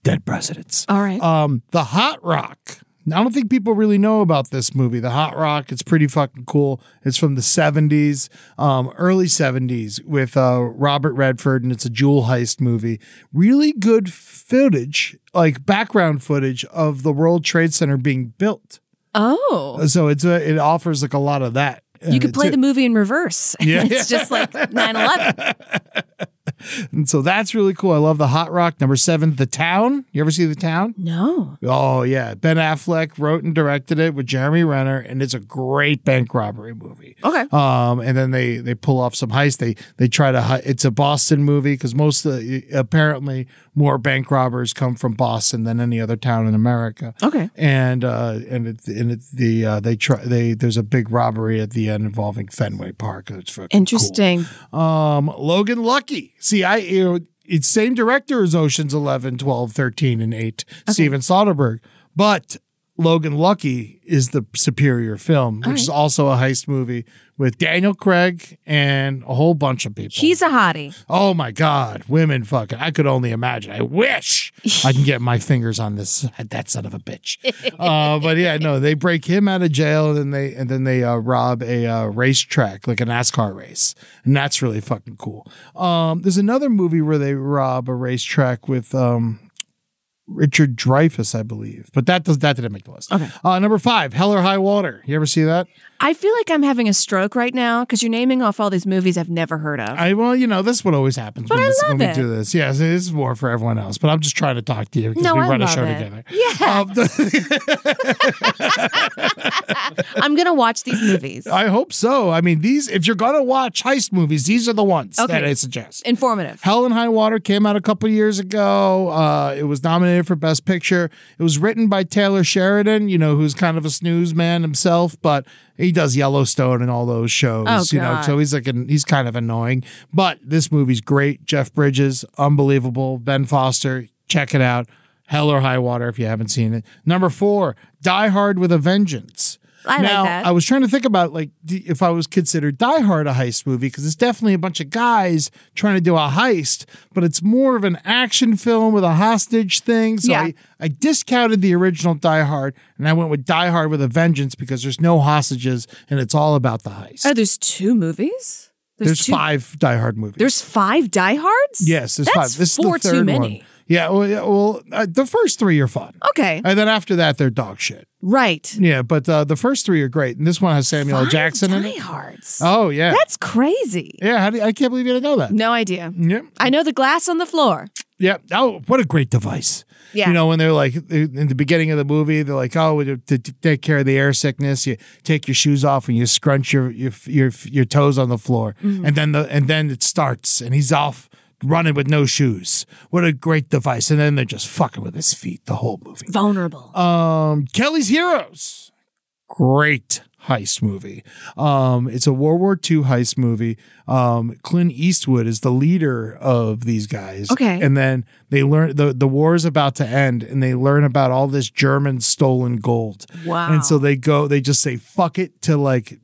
S2: Dead presidents.
S3: All right.
S2: Um, the Hot Rock. Now, I don't think people really know about this movie, The Hot Rock. It's pretty fucking cool. It's from the 70s, um, early 70s with uh, Robert Redford, and it's a jewel heist movie. Really good footage, like background footage of the World Trade Center being built.
S3: oh.
S2: So it's a, it offers like a lot of that.
S3: You could
S2: Uh,
S3: play
S2: too.
S3: the movie in reverse.
S2: Yeah.
S3: it's just like 9 11.
S2: And so that's really cool. I love The Hot Rock. Number seven, The Town. You ever see The Town?
S3: No.
S2: Oh yeah, Ben Affleck wrote and directed it with Jeremy Renner, and it's a great bank robbery movie.
S3: Okay.
S2: Um, and then they they pull off some heist. They they try to. Hi- it's a Boston movie because most of the, apparently more bank robbers come from Boston than any other town in America.
S3: Okay.
S2: And uh, and it, and it, the uh, they try they there's a big robbery at the end involving Fenway Park. It's fucking cool.
S3: Interesting.
S2: Um, Logan Lucky. See, I you know, it's same director as Ocean's 11, 12, 13, and 8, Steven Soderbergh. But Logan Lucky is the superior film, which is also a heist movie with Daniel Craig and a whole bunch of people.
S3: He's a hottie.
S2: oh my god, women fucking! I could only imagine. I wish I can get my fingers on this that son of a bitch. Uh, but yeah, no, they break him out of jail, and then they and then they uh, rob a uh, racetrack, like a NASCAR race, and that's really fucking cool. Um, there's another movie where they rob a racetrack with um, Richard Dreyfuss, I believe, but that does that didn't make the list. Okay, uh, number five, Hell or High Water. You ever see that?
S3: I feel like I'm having a stroke right now because you're naming off all these movies I've never heard of.
S2: I well, you know, this is what always happens when,
S3: I
S2: this, when
S3: love
S2: we
S3: it.
S2: do this. Yes, it is more for everyone else, but I'm just trying to talk to you because
S3: No,
S2: we
S3: I
S2: run a
S3: love
S2: show
S3: it.
S2: together.
S3: Yeah.
S2: Um, the-
S3: I'm going to watch these movies.
S2: I hope so. I mean, these if you're gonna watch heist movies, these are the ones that
S3: Okay.
S2: I suggest.
S3: Informative.
S2: Hell and High Water came out a couple years ago. Uh, it was nominated for Best Picture. It was written by Taylor Sheridan, you know, who's kind of a snooze man himself, but he does Yellowstone and all those shows,
S3: Oh,
S2: you know.
S3: God.
S2: So he's like, an, he's kind of annoying. But this movie's great. Jeff Bridges, unbelievable. Ben Foster, check it out. Hell or High Water if you haven't seen it. Number four, Die Hard with a Vengeance.
S3: I like
S2: now,
S3: that.
S2: I was trying to think about like d- if I was considered Die Hard a heist movie because it's definitely a bunch of guys trying to do a heist, but it's more of an action film with a hostage thing. So
S3: Yeah.
S2: I, I discounted the original Die Hard and I went with Die Hard with a Vengeance because there's no hostages and it's all about the heist.
S3: Oh, there's two movies?
S2: there's
S3: two-
S2: five Die Hard movies.
S3: There's five diehards?
S2: yes, there's
S3: That's
S2: five. This
S3: four
S2: is the third
S3: too
S2: one.
S3: many.
S2: Yeah, well, yeah, well uh, the first three are fun,
S3: Okay.
S2: and then after that they're dog shit.
S3: right.
S2: Yeah, but uh, the first three are great, and this one has Samuel L.
S3: Five
S2: Jackson in it.
S3: diehards.
S2: Oh yeah,
S3: That's crazy.
S2: Yeah, how do, I can't believe you didn't know that.
S3: No idea.
S2: Yep.
S3: I know the glass on the floor.
S2: Yep. Oh, what a great device.
S3: Yeah.
S2: You know, when they're like in the beginning of the movie, they're like, "Oh, to, to take care of the air sickness, you take your shoes off and you scrunch your your your, your toes on the floor, and then the and then it starts, and he's off running with no shoes. What a great device! And then they're just fucking with his feet the whole movie.
S3: Vulnerable.
S2: Um, Kelly's Heroes. Great heist movie. Um, it's a World War II heist movie. Um, Clint Eastwood is the leader of these guys.
S3: Okay.
S2: And then they learn the, the war is about to end and they learn about all this German stolen gold.
S3: Wow.
S2: And so they go, they just say fuck it to like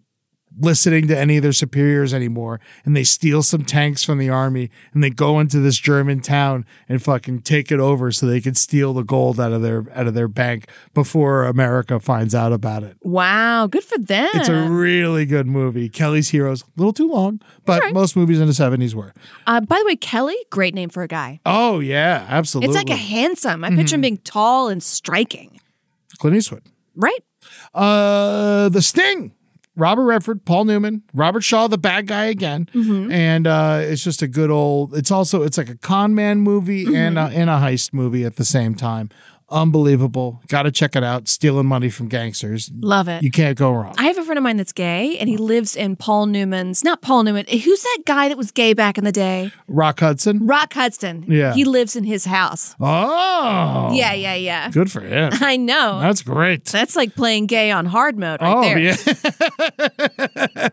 S2: listening to any of their superiors anymore and they steal some tanks from the army and they go into this German town and fucking take it over so they can steal the gold out of their out of their bank before America finds out about it.
S3: wow. Good for them.
S2: It's a really good movie. Kelly's Heroes, a little too long, but most movies in the 70s were.
S3: uh, by the way, Kelly, great name for a guy.
S2: Oh yeah, absolutely. Mm-hmm.
S3: It's like a handsome. I picture him being tall and striking.
S2: Clint Eastwood.
S3: Right?
S2: Uh, the Sting. Robert Redford, Paul Newman, Robert Shaw, the bad guy again,
S3: Mm-hmm.
S2: and uh, it's just a
S3: Mm-hmm.
S2: good old. It's also it's like a con man movie and a, and a heist movie at the same time. Unbelievable. Got to check it out. Stealing money from gangsters.
S3: Love it.
S2: You can't go wrong.
S3: I have a friend of mine that's gay, and he lives in Paul Newman's. Not Paul Newman. eh, Who's that guy that was gay back in the day?
S2: Rock Hudson.
S3: Rock Hudson.
S2: Yeah.
S3: He lives in his house.
S2: Oh.
S3: Yeah, yeah, yeah.
S2: Good for him.
S3: I know.
S2: That's great.
S3: That's like playing gay on hard mode right
S2: oh,
S3: there.
S2: yeah.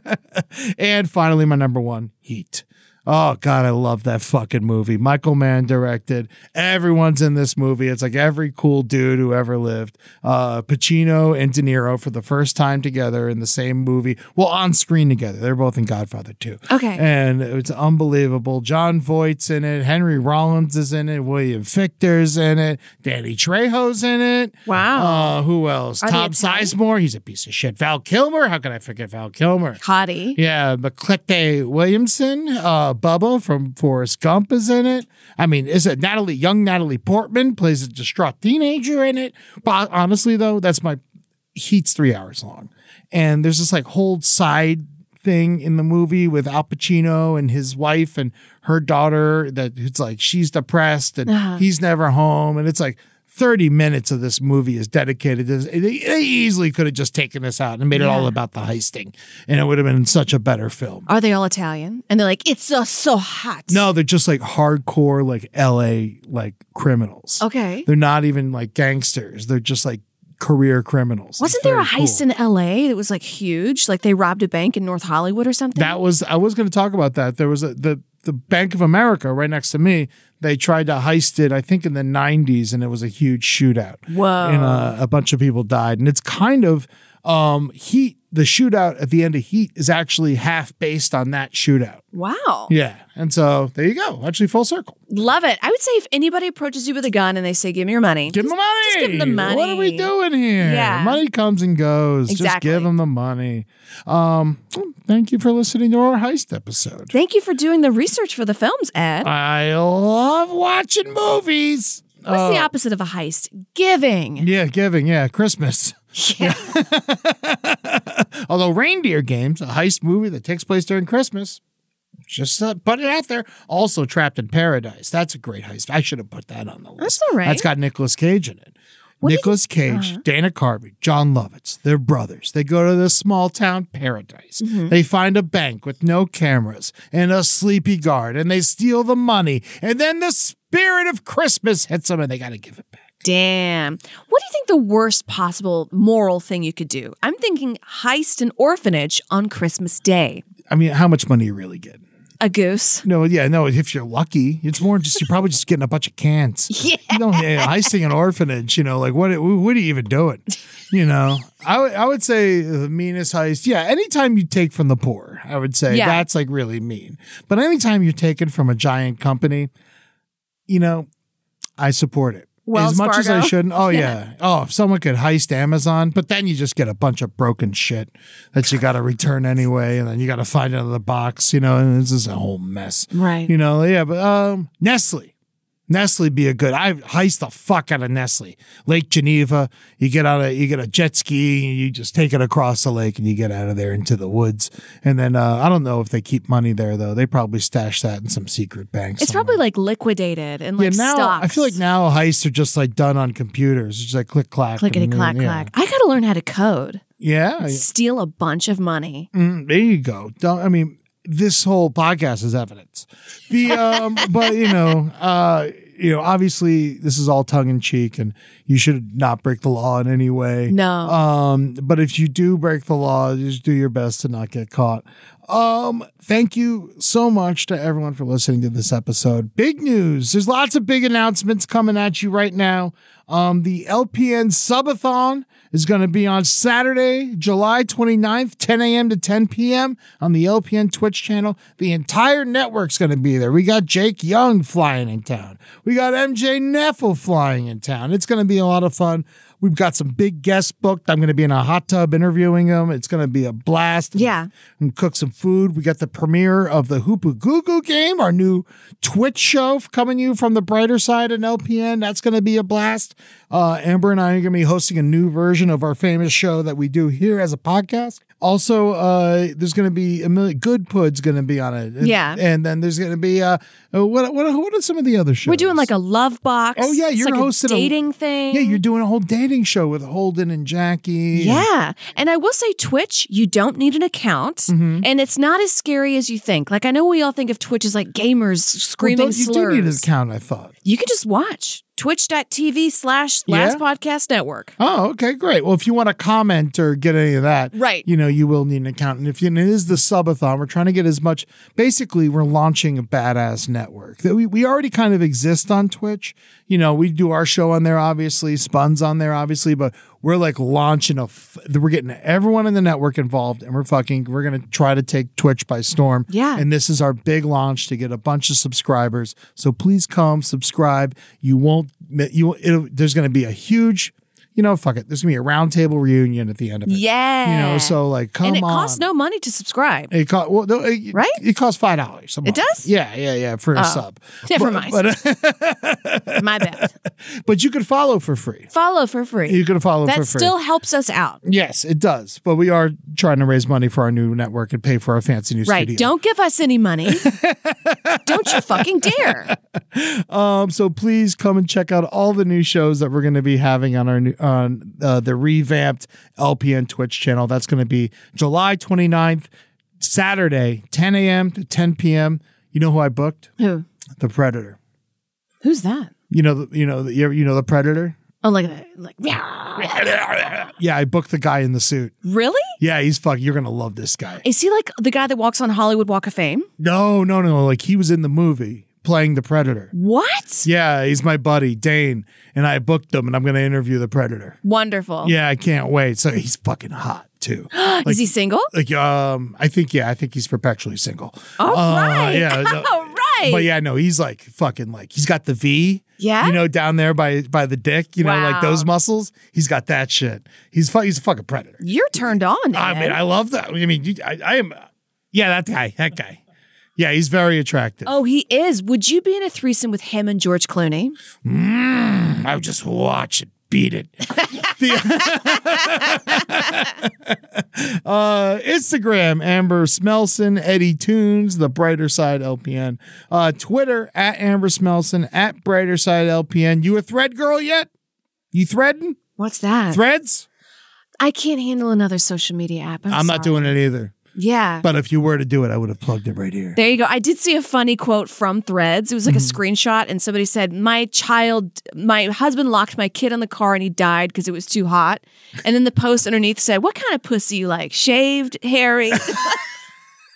S2: and finally, my number one, Heat. Oh, God, I love that fucking movie. Michael Mann directed. Everyone's in this movie. It's like every cool dude who ever lived. Uh, Pacino and De Niro for the first time together in the same movie. Well, on screen together. They're both in Godfather too.
S3: Okay.
S2: And it's unbelievable. John Voight's in it. Henry Rollins is in it. William Fichter's in it. Danny Trejo's in it.
S3: Wow.
S2: Uh, who else?
S3: Are they
S2: Tom
S3: Italian?
S2: Sizemore. More, He's a piece of shit. Val Kilmer. How can I forget Val Kilmer?
S3: Hottie.
S2: Yeah, McClete Williamson, uh, Bubba from Forrest Gump is in it. I mean, is it Natalie Young? Natalie Portman plays a distraught teenager in it. But honestly, though, that's my Heat's three hours long, and there's this like whole side thing in the movie with Al Pacino and his wife and her daughter that it's like she's depressed and
S3: Uh-huh.
S2: he's never home, and it's like. 30 minutes of this movie is dedicated to They they easily could have just taken this out and made it all about the heisting, and it would have been such a better film.
S3: Are they all Italian? And they're like, it's uh, so hot.
S2: No, they're just like hardcore, like LA, like criminals.
S3: Okay.
S2: They're not even like gangsters. They're just like career criminals. It's
S3: Wasn't there a
S2: very
S3: heist
S2: cool.
S3: in LA that was like huge? Like they robbed a bank in North Hollywood or something?
S2: That was I was going to talk about that. There was a, the the Bank of America right next to me. They tried to heist it, I think, in the '90s, and it was a huge shootout.
S3: Whoa.
S2: And uh, a bunch of people died, and it's kind of um, Heat. The shootout at the end of Heat is actually half based on that shootout.
S3: wow.
S2: Yeah, and so there you go. Actually, full circle.
S3: Love it. I would say if anybody approaches you with a gun and they say, give me your money.
S2: Give them the money.
S3: just give 'em the
S2: What are we
S3: money.
S2: doing here?
S3: Yeah.
S2: Money comes and goes. Just
S3: Exactly.
S2: give them the money. Um, thank you for listening to our heist episode.
S3: Thank you for doing the research for the films, Ed.
S2: I love watching movies.
S3: What's
S2: uh,
S3: the opposite of a heist? Giving.
S2: Yeah, giving. Yeah, Christmas. Although Reindeer Games, a heist movie that takes place during Christmas, just uh, put it out there. Also, Trapped in Paradise. That's a great heist. I should have put that on the list.
S3: That's all right.
S2: That's got Nicolas Cage in it.
S3: do you- Uh-huh.
S2: Nicolas Cage, Dana Carvey, John Lovitz, they're brothers. They go to this small town paradise.
S3: Mm-hmm.
S2: They find a bank with no cameras and a sleepy guard, and they steal the money. And then the spirit of Christmas hits them, and they got to give it back.
S3: Damn. What do you think the worst possible moral thing you could do? I'm thinking heist an orphanage on Christmas Day.
S2: I mean, how much money you really get?
S3: A goose.
S2: No, yeah, no. If you're lucky, it's more just you're probably just getting a bunch of cans. Yeah, you don't, yeah I sing an orphanage. You know, like what? What are you even doing? You know, I would- I would say the meanest heist. Yeah, anytime you take from the poor, I would say
S3: Yeah.
S2: that's like really mean. But anytime you're taken from a giant company, you know, I support it.
S3: Wells
S2: as much as I
S3: Fargo.
S2: shouldn't. Oh yeah. Oh, if someone could heist Amazon, but then you just get a bunch of broken shit that you got to return anyway, and then you got to find it in the box, you know. And this is a whole mess,
S3: Right.
S2: You know. Yeah, but um, Nestle, Nestle be a good. I heist the fuck out of Nestle Lake Geneva. You get out of you get a jet ski, and you just take it across the lake, and you get out of there into the woods. And then uh, I don't know if they keep money there though. They probably stash that in some secret bank.
S3: It's
S2: somewhere
S3: probably like liquidated and like
S2: now
S3: stocks.
S2: I feel like now heists are just like done on computers. It's just like click clack,
S3: clickety
S2: and then-
S3: clack
S2: Mm, yeah. Oh,
S3: clack. I gotta learn how to code.
S2: Yeah,
S3: Steal a bunch of money.
S2: Mm, there you go. Don't, I mean, this whole podcast is evidence. The um, but you know, uh, you know, obviously this is all tongue in cheek, and you should not break the law in any way.
S3: No.
S2: Um, but if you do break the law, just do your best to not get caught. Um, thank you so much to everyone for listening to this episode. Big news. There's lots of big announcements coming at you right now. Um, the LPN subathon is going to be on Saturday, July 29th, 10 a.m. to 10 p.m. on the LPN Twitch channel. The entire network's going to be there. We got Jake Young flying in town. We got MJ Neffel flying in town. It's going to be a lot of fun. We've got some big guests booked. I'm going to be in a hot tub interviewing them. It's going to be a blast.
S3: Yeah.
S2: And cook some food. We got the premiere of the Hoopoo Goo Goo game, our new Twitch show coming to you from the brighter side in LPN. That's going to be a blast. Uh, Amber and I are going to be hosting a new version of our famous show that we do here as a podcast. Also, uh, there's going to be a million good puds going to be on it. And,
S3: Yeah.
S2: and then there's going to be uh, what what what are some of the other shows?
S3: We're doing like a love box.
S2: oh yeah,
S3: It's
S2: you're
S3: like
S2: hosting
S3: a dating thing.
S2: Yeah, you're doing a whole dating show with Holden and Jackie.
S3: Yeah. And I will say, Twitch, you don't need an account.
S2: Mm-hmm.
S3: And it's not as scary as you think. Like, I know we all think of Twitch as like gamers
S2: Well,
S3: screaming
S2: don't- you
S3: slurs.
S2: do need an account, I thought.
S3: You can just watch twitch.tv slash last podcast network.
S2: Oh, okay, great. Well, if you want to comment or get any of that,
S3: Right.
S2: You know, you will need an accountant. If you, and it is the subathon, we're trying to get as much. Basically, we're launching a badass network that we, we already kind of exist on Twitch. You know, we do our show on there, obviously, Spuns on there, obviously, but we're like launching a. F- we're getting everyone in the network involved, and we're fucking. We're gonna try to take Twitch by storm.
S3: Yeah.
S2: And this is our big launch to get a bunch of subscribers. So please come subscribe. You won't. You it'll, there's going to be a huge. You know, fuck it. There's going to be a roundtable reunion at the end of it.
S3: Yeah.
S2: You know, so like, come
S3: and it
S2: on.
S3: costs no money to subscribe.
S2: It cost well, no, it,
S3: Right?
S2: It costs five dollars.
S3: It does? Oh.
S2: Yeah, yeah, yeah. For a sub.
S3: Never
S2: But-
S3: mind.
S2: But,
S3: My bad.
S2: but you can follow for free.
S3: Follow for free.
S2: You can follow
S3: that
S2: Oh, for free.
S3: still helps us out.
S2: yes, it does. But we are trying to raise money for our new network and pay for our fancy new
S3: Right.
S2: studio.
S3: Don't give us any money. Don't you fucking dare.
S2: Um, so please come and check out all the new shows that we're going to be having on our new, on uh, the revamped LPN Twitch channel. That's going to be July 29th, Saturday, 10 a.m. to 10 p.m. You know who I booked?
S3: Who?
S2: The Predator.
S3: Who's that?
S2: You know, the, you know, the, you know the Predator.
S3: Oh, like that. Like, yeah.
S2: Yeah, I booked the guy in the suit.
S3: Really?
S2: Yeah, he's fuck. You're gonna love this guy.
S3: Is he like the guy that walks on Hollywood Walk of Fame?
S2: No, no, no. Like he was in the movie playing the Predator.
S3: What?
S2: Yeah, he's my buddy Dane, and I booked him, and I'm gonna interview the Predator.
S3: Wonderful.
S2: Yeah, I can't wait. So he's fucking hot too. like,
S3: Is he single?
S2: like um I think yeah, I think he's perpetually single.
S3: All
S2: Uh,
S3: right.
S2: Yeah. no-
S3: All right.
S2: But yeah, no, he's like fucking like he's got the V.
S3: Yeah?
S2: You know, down there by by the dick, you know, like
S3: Wow.
S2: those muscles. He's got that shit. He's fu- he's a fucking predator.
S3: You're turned on.
S2: I
S3: Ed.
S2: mean, I love that. I mean, you, I, I am yeah, that guy, that guy. Yeah, he's very attractive.
S3: oh, he is. Would you be in a threesome with him and George Clooney?
S2: Mm, I would just watch it, beat it. The- uh, Instagram, Amber Smelson, Eddie Tunes, The Brighter Side LPN. Uh, Twitter, at Amber Smelson, at Brighter Side LPN. You a thread girl yet? You threading?
S3: What's that?
S2: Threads?
S3: I can't handle another social media app. I'm,
S2: I'm, not
S3: sorry.
S2: doing it either.
S3: Yeah.
S2: But if you were to do it, I would have plugged it right here.
S3: There you go. I did see a funny quote from Threads. It was like a screenshot, and somebody said, My child, my husband locked my kid in the car and he died because it was too hot. And then the post underneath said, What kind of pussy you like? Shaved, hairy?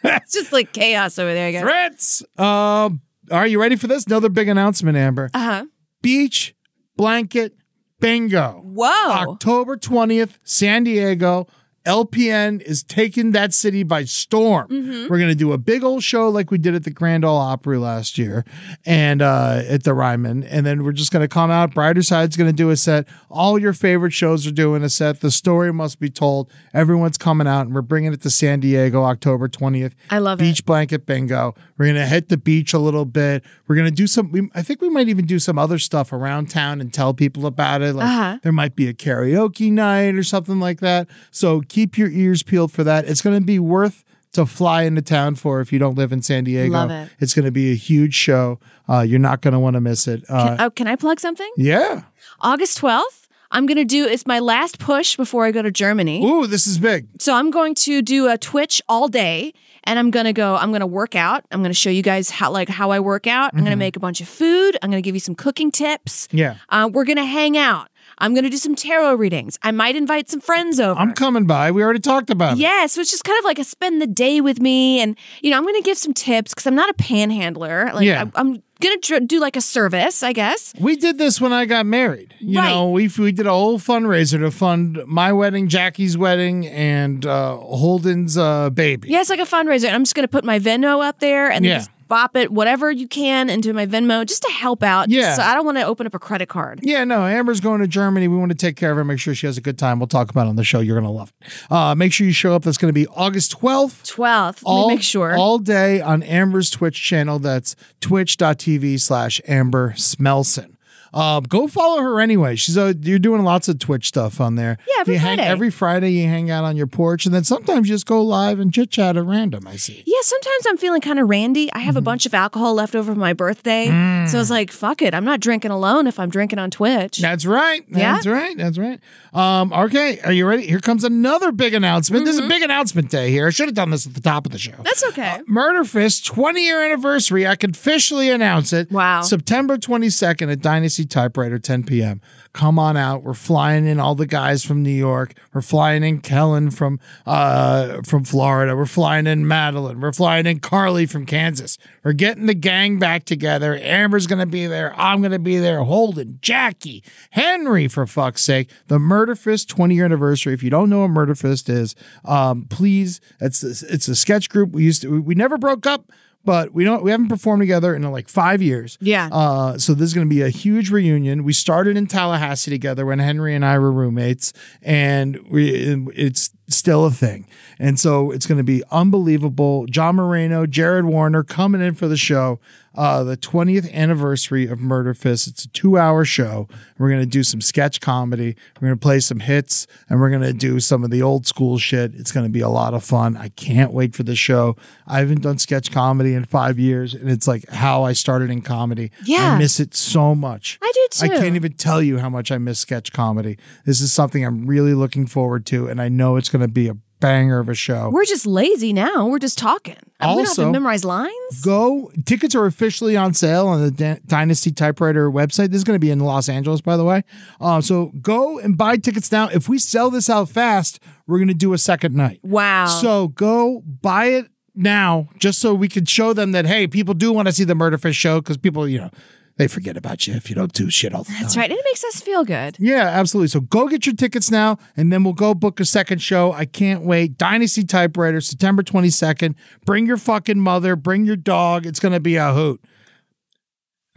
S3: it's just like chaos over there. I guess.
S2: Threads! Um, are you ready for this? Another big announcement, Amber.
S3: Uh huh.
S2: Beach blanket bingo.
S3: Whoa.
S2: October 20th, San Diego. LPN is taking that city by storm.
S3: Mm-hmm.
S2: We're going to do a big old show like we did at the Grand Ole Opry last year and uh, at the Ryman. And then we're just going to come out. Brighter Side's going to do a set. All your favorite shows are doing a set. The story must be told. Everyone's coming out, and we're bringing it to San Diego October 20th.
S3: I love it.
S2: Beach blanket bingo. We're going to hit the beach a little bit. We're going to do some, we, I think we might even do some other stuff around town and tell people about it. Like
S3: Uh-huh.
S2: there might be a karaoke night or something like that. So keep your ears peeled for that. It's going to be worth to fly into town for if you don't live in San Diego.
S3: Love it.
S2: It's going to be a huge show. Uh, you're not going to want to miss it. Uh,
S3: oh, can I plug something?
S2: yeah.
S3: August 12th, I'm going to do, it's my last push before I go to Germany.
S2: Ooh, this is big.
S3: So I'm going to do a Twitch all day and I'm going to go I'm going to work out. I'm going to show you guys how like how I work out. I'm going to make a bunch of food. I'm going to give you some cooking tips.
S2: Mm-hmm. Yeah.
S3: Uh, we're going to hang out. I'm going to do some tarot readings. I might invite some friends over.
S2: I'm coming by. We already talked about it.
S3: yeah, so it's just kind of like a spend the day with me, and you know I'm going to give some tips because I'm not a panhandler. Like
S2: Yeah.
S3: I, I'm going to do like a service, I guess.
S2: We did this when I got married. You
S3: Right.
S2: know, we we did a whole fundraiser to fund my wedding, Jackie's wedding, and uh, Holden's uh, baby.
S3: Yeah, it's like a fundraiser. I'm just going to put my Venmo up there and then
S2: Yeah.
S3: just bop it whatever you can into my Venmo just to help out.
S2: Yeah.
S3: So I don't want to open up a credit card.
S2: Yeah, no, Amber's going to Germany. We want to take care of her, make sure she has a good time. We'll talk about it on the show. You're going to love it. Uh, make sure you show up. That's going to be August 12th.
S3: 12th. Let me make sure.
S2: all day on Amber's Twitch channel. That's twitch.tv slash Amber Smelson. Um, go follow her anyway. She's uh, you're doing lots of Twitch stuff on there.
S3: Yeah, every
S2: you hang,
S3: Friday.
S2: Every Friday you hang out on your porch, and then sometimes you just go live and chit chat at random. I see.
S3: Yeah, sometimes I'm feeling kind of randy. I have
S2: Mm-hmm.
S3: a bunch of alcohol left over from my birthday. So I
S2: Mm.
S3: was like, fuck it. I'm not drinking alone if I'm drinking on Twitch.
S2: That's right. That's right. That's right. Um, okay, are you ready? Here comes another big announcement.
S3: Mm-hmm.
S2: This is a big announcement day here. I should have done this at the top of the show.
S3: That's okay.
S2: Murder Fist 20 year anniversary. I can officially announce it.
S3: Wow.
S2: September 22nd at Dynasty Typewriter, 10 p.m. Come on out. We're flying in all the guys from New York. We're flying in Kellen from uh from Florida. We're flying in Madeline. We're flying in Carly from Kansas. We're getting the gang back together. Amber's gonna be there. I'm gonna be there. Holden, Jackie, Henry, for fuck's sake. The Murder Fist 20 year anniversary. If you don't know what Murder Fist is, um, please, it's it's a sketch group. We used to we, we never broke up. But we don't. We haven't performed together in like five years.
S3: Yeah.
S2: Uh, so this is going to be a huge reunion. We started in Tallahassee together when Henry and I were roommates, and we it's still a thing. And so it's going to be unbelievable. John Moreno, Jared Warner coming in for the show. Uh, the 20th anniversary of Murder Fist. It's a two hour show. We're going to do some sketch comedy. We're going to play some hits and we're going to do some of the old school shit. It's going to be a lot of fun. I can't wait for the show. I haven't done sketch comedy in five years and it's like how I started in comedy.
S3: Yeah.
S2: I miss it so much.
S3: I do
S2: I
S3: too.
S2: can't even tell you how much I miss sketch comedy. This is something I'm really looking forward to and I know it's going to be a banger of a show.
S3: We're just lazy now. We're just talking. And we don't have
S2: Also-
S3: to memorize lines.
S2: Go. Tickets are officially on sale on the Dan- Dynasty Typewriter website. This is going to be in Los Angeles, by the way. Uh, so go and buy tickets now. If we sell this out fast, we're going to do a second night.
S3: Wow.
S2: So go buy it now, just so we can show them that hey, people do want to see the Murderfish show because people, you know, they forget about you if you don't do shit all the time.
S3: That's right. And it makes us feel good.
S2: Yeah, absolutely. So go get your tickets now, and then we'll go book a second show. I can't wait. Dynasty Typewriter, September 22nd. Bring your fucking mother, bring your dog. It's going to be a hoot.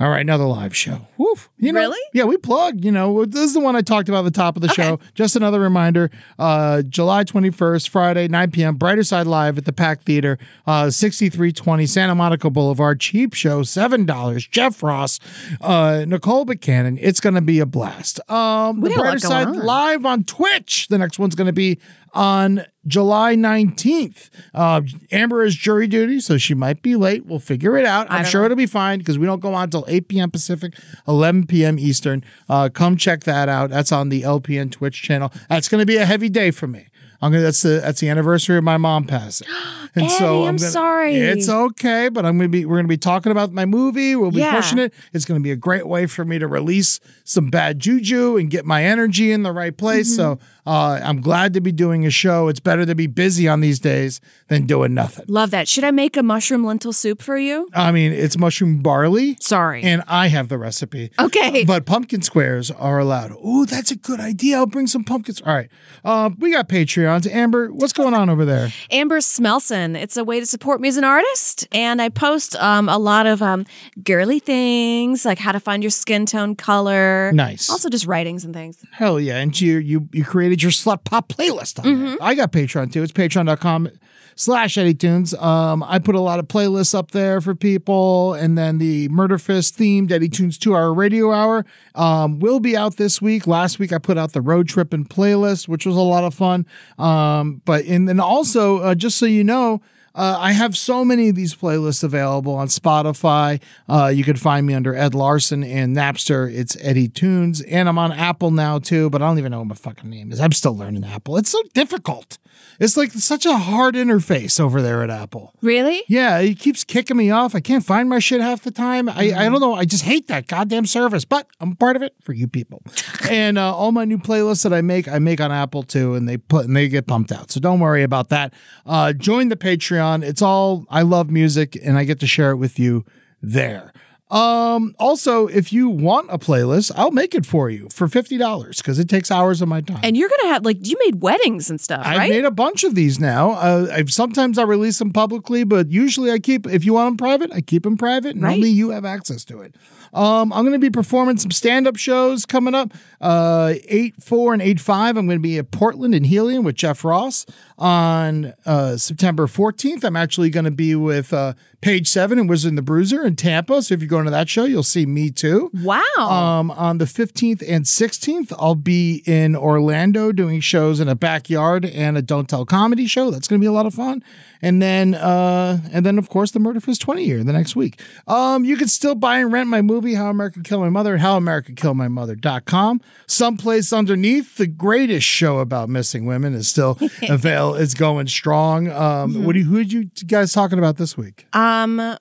S2: All right, another live show. Woof. You know,
S3: Really?
S2: Yeah, we plugged. You know, this is the one I talked about at the top of the
S3: Okay.
S2: show. Just another reminder uh, July 21st, Friday, 9 p.m., Brighter Side Live at the Pack Theater, uh, 6320 Santa Monica Boulevard. Cheap show, $7. Jeff Ross, uh, Nicole Buchanan. It's going to be a blast. Um,
S3: We
S2: the
S3: got a lot
S2: Brighter Side
S3: going on.
S2: live on Twitch. The next one's going to be on July 19th. Uh, Amber is jury duty, so she might be late. We'll figure it out. I'm sure it'll be fine because we don't go on until 8 p.m. Pacific, 11 p.m. Eastern. Uh, come check that out. That's on the LPN Twitch channel. That's going to be a heavy day for me. I'm gonna. That's the that's the anniversary of my mom passing, and
S3: Eddie, I'm
S2: gonna-
S3: sorry.
S2: It's okay, but I'm gonna be. We're gonna be talking about my movie. We'll be
S3: Yeah.
S2: pushing it. It's going to be a great way for me to release some bad juju and get my energy in the right place.
S3: Mm-hmm.
S2: So uh, I'm glad to be doing a show. It's better to be busy on these days than doing nothing.
S3: Love that. Should I make a mushroom lentil soup for you?
S2: I mean, it's mushroom barley.
S3: Sorry.
S2: And I have the recipe.
S3: Okay.
S2: But pumpkin squares are allowed. Ooh, that's a good idea. I'll bring some pumpkins. All right. Uh, we got Patreons. Amber, what's going on over there?
S3: Amber Smelson. It's a way to support me as an artist. And I post um, a lot of um, girly things, like how to find your skin tone color.
S2: Nice.
S3: Also, just writings and things.
S2: Hell yeah. And you you you created your slut pop playlist on there. I got Patreon too. It's patreon.com slash Eddie Tunes. Um I put a lot of playlists up there for people and then the Murder Fist themed Eddie Tunes two hour radio hour um will be out this week. Last week I put out the road trip and playlist, which was a lot of fun. Um but and then also uh, just so you know uh, I have so many of these playlists available on Spotify. Uh, you can find me under Ed Larson and Napster. It's Eddie Tunes, and I'm on Apple now too. But I don't even know what my fucking name is. I'm still learning Apple. It's so difficult. It's like such a hard interface over there at Apple.
S3: Really?
S2: Yeah, it keeps kicking me off. I can't find my shit half the time. I, I don't know. I just hate that goddamn service, but I'm part of it for you people. and uh, all my new playlists that I make, I make on Apple too, and they put and they get pumped out. So don't worry about that. Uh, join the Patreon. It's all I love music, and I get to share it with you there. Um, also, if you want a playlist, I'll make it for you for fifty dollars because it takes hours of my time.
S3: And you're going to have, like, you made weddings and stuff,
S2: I've
S3: right?
S2: made a bunch of these now. Uh, I've, sometimes I release them publicly, but usually I keep, if you want them private, I keep them private and
S3: Right.
S2: only you have access to it. Um, I'm going to be performing some stand up shows coming up uh, 8 4 and 8 5. I'm going to be at Portland and Helium with Jeff Ross on uh, September 14th. I'm actually going to be with uh, Page 7 and Wizard and the Bruiser in Tampa. So if you're going going to that show. You'll see me too.
S3: Wow.
S2: Um, on the 15th and 16th, I'll be in Orlando doing shows in a backyard and a Don't Tell comedy show. That's going to be a lot of fun. And then, uh, and then of course, the Murder Fist 20 year the next week. Um, you can still buy and rent my movie, How America Killed My Mother, How America Killed My Mother.com. Someplace underneath, the greatest show about missing women is still avail. It's going strong. Um, what do you, who did you guys talking about this week?
S3: Um,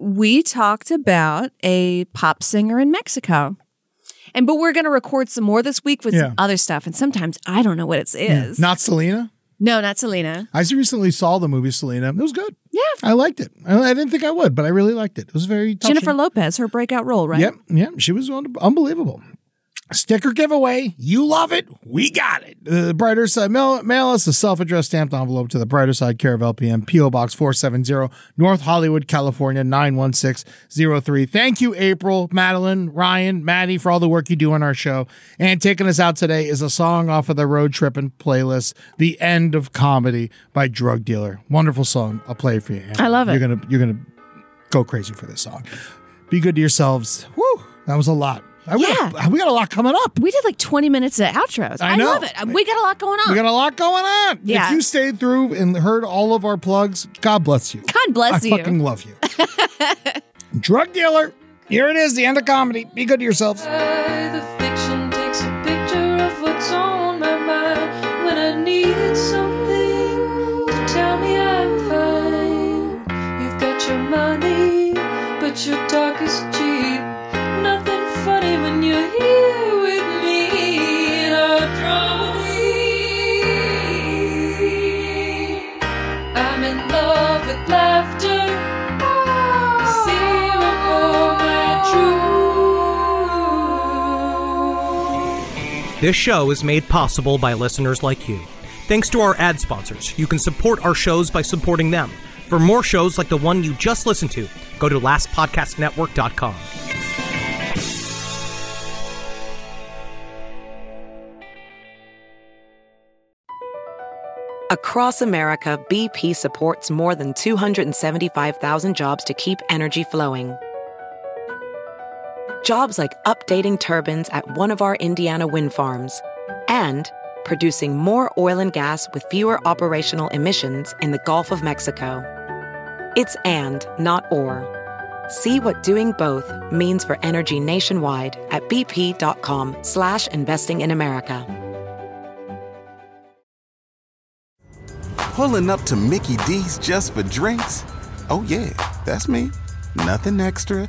S3: we talked about a pop singer in Mexico. And but we're going to record some more this week with
S2: Yeah.
S3: some other stuff and sometimes I don't know what it is.
S2: Not Selena.
S3: no, not Selena.
S2: I recently saw the movie Selena. It was good.
S3: Yeah.
S2: I liked it. I, I didn't think I would, but I really liked it. It was very touching.
S3: Jennifer Lopez, her breakout role, right?
S2: Yep, yep. She was un- unbelievable. Sticker giveaway. You love it. We got it. The Brighter Side mail, mail us a self-addressed stamped envelope to the Brighter Side Care of LPM PO Box 470 North Hollywood, California 91603. Thank you April, Madeline, Ryan, Maddie for all the work you do on our show. And taking us out today is a song off of the Road Trip and playlist, The End of Comedy by Drug Dealer. Wonderful song. I'll play it for you. Anna.
S3: I love it.
S2: You're going to you're going to go crazy for this song. Be good to yourselves. Woo, that was a lot. I- we got-
S3: Yeah.
S2: we got a lot coming up.
S3: We did like 20 minutes of outros.
S2: I
S3: I,
S2: know.
S3: love it. We got a lot going on.
S2: We got a lot going on.
S3: Yeah.
S2: If you stayed through and heard all of our plugs, God bless you.
S3: God bless
S2: I
S3: you.
S2: fucking love you. Drug dealer. Here it is, the end of comedy. Be good to yourselves.
S7: The fiction takes a picture of what's on my mind when I need something to tell me I'm fine. You've got your money, but your talk is cheap. Nothing funny when you're here with me in our comedy. I'm in love with laughter. Zero for my truth.
S8: This show is made possible by listeners like you. Thanks to our ad sponsors, you can support our shows by supporting them. For more shows like the one you just listened to, go to lastpodcastnetwork.com.
S4: Across America, BP supports more than 275,000 jobs to keep energy flowing. Jobs like updating turbines at one of our Indiana wind farms and producing more oil and gas with fewer operational emissions in the Gulf of Mexico. It's and, not or. See what doing both means for energy nationwide at bp.com slash investing in America.
S6: Pulling up to Mickey D's just for drinks? Oh, yeah, that's me. Nothing extra,